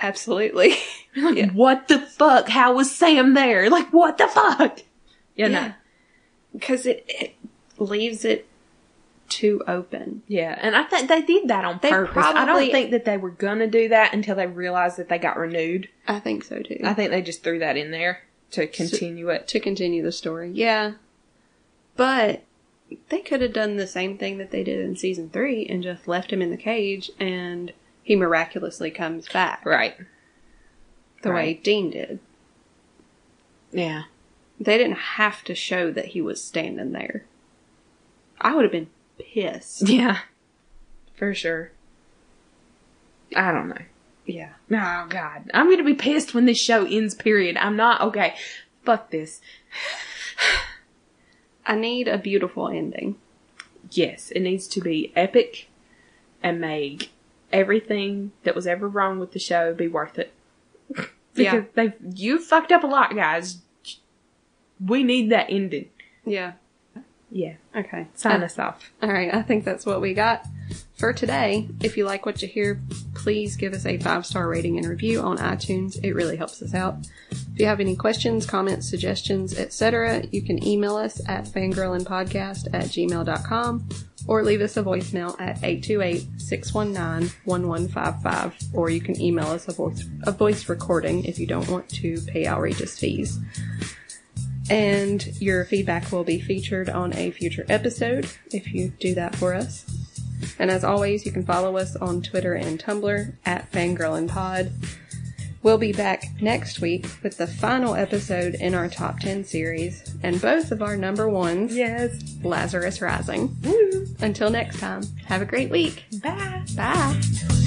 [SPEAKER 4] Absolutely. [LAUGHS]
[SPEAKER 3] Like, what the fuck? How was Sam there? Like, what the fuck? You know?
[SPEAKER 4] Because it, it leaves it too open.
[SPEAKER 3] Yeah, and I think they did that on
[SPEAKER 4] They
[SPEAKER 3] purpose. I don't
[SPEAKER 4] probably-
[SPEAKER 3] think that they were gonna do that until they realized that they got renewed.
[SPEAKER 4] I think so too.
[SPEAKER 3] I think they just threw that in there to continue it.
[SPEAKER 4] to continue the story. Yeah. But they could have done the same thing that they did in season three and just left him in the cage and he miraculously comes back
[SPEAKER 3] Right.
[SPEAKER 4] the way
[SPEAKER 3] right.
[SPEAKER 4] Dean did.
[SPEAKER 3] Yeah.
[SPEAKER 4] They didn't have to show that he was standing there. I would have been pissed.
[SPEAKER 3] Yeah. For sure. I don't know.
[SPEAKER 4] Yeah.
[SPEAKER 3] Oh God, I'm gonna be pissed when this show ends. Period. I'm not okay. Fuck this.
[SPEAKER 4] I need a beautiful ending.
[SPEAKER 3] Yes, it needs to be epic, and make everything that was ever wrong with the show be worth [LAUGHS] it.
[SPEAKER 4] Yeah.
[SPEAKER 3] Because they've you fucked up a lot, guys. We need that ending.
[SPEAKER 4] Yeah.
[SPEAKER 3] Yeah.
[SPEAKER 4] Okay.
[SPEAKER 3] Sign us off.
[SPEAKER 4] All right, I think that's what we got for today. If you like what you hear, please give us a five star rating and review on iTunes. It really helps us out. If you have any questions, comments, suggestions, etc., you can email us at fangirlandpodcast at gmail.com or leave us a voicemail at 828 619 1155, or you can email us a voice, a voice recording if you don't want to pay outrageous fees and your feedback will be featured on a future episode if you do that for us. And as always, you can follow us on Twitter and Tumblr at fangirlandpod. We'll be back next week with the final episode in our top 10 series and both of our number ones,
[SPEAKER 3] Yes.
[SPEAKER 4] Lazarus Rising. Until next time, have a great week.
[SPEAKER 3] Bye.
[SPEAKER 4] Bye.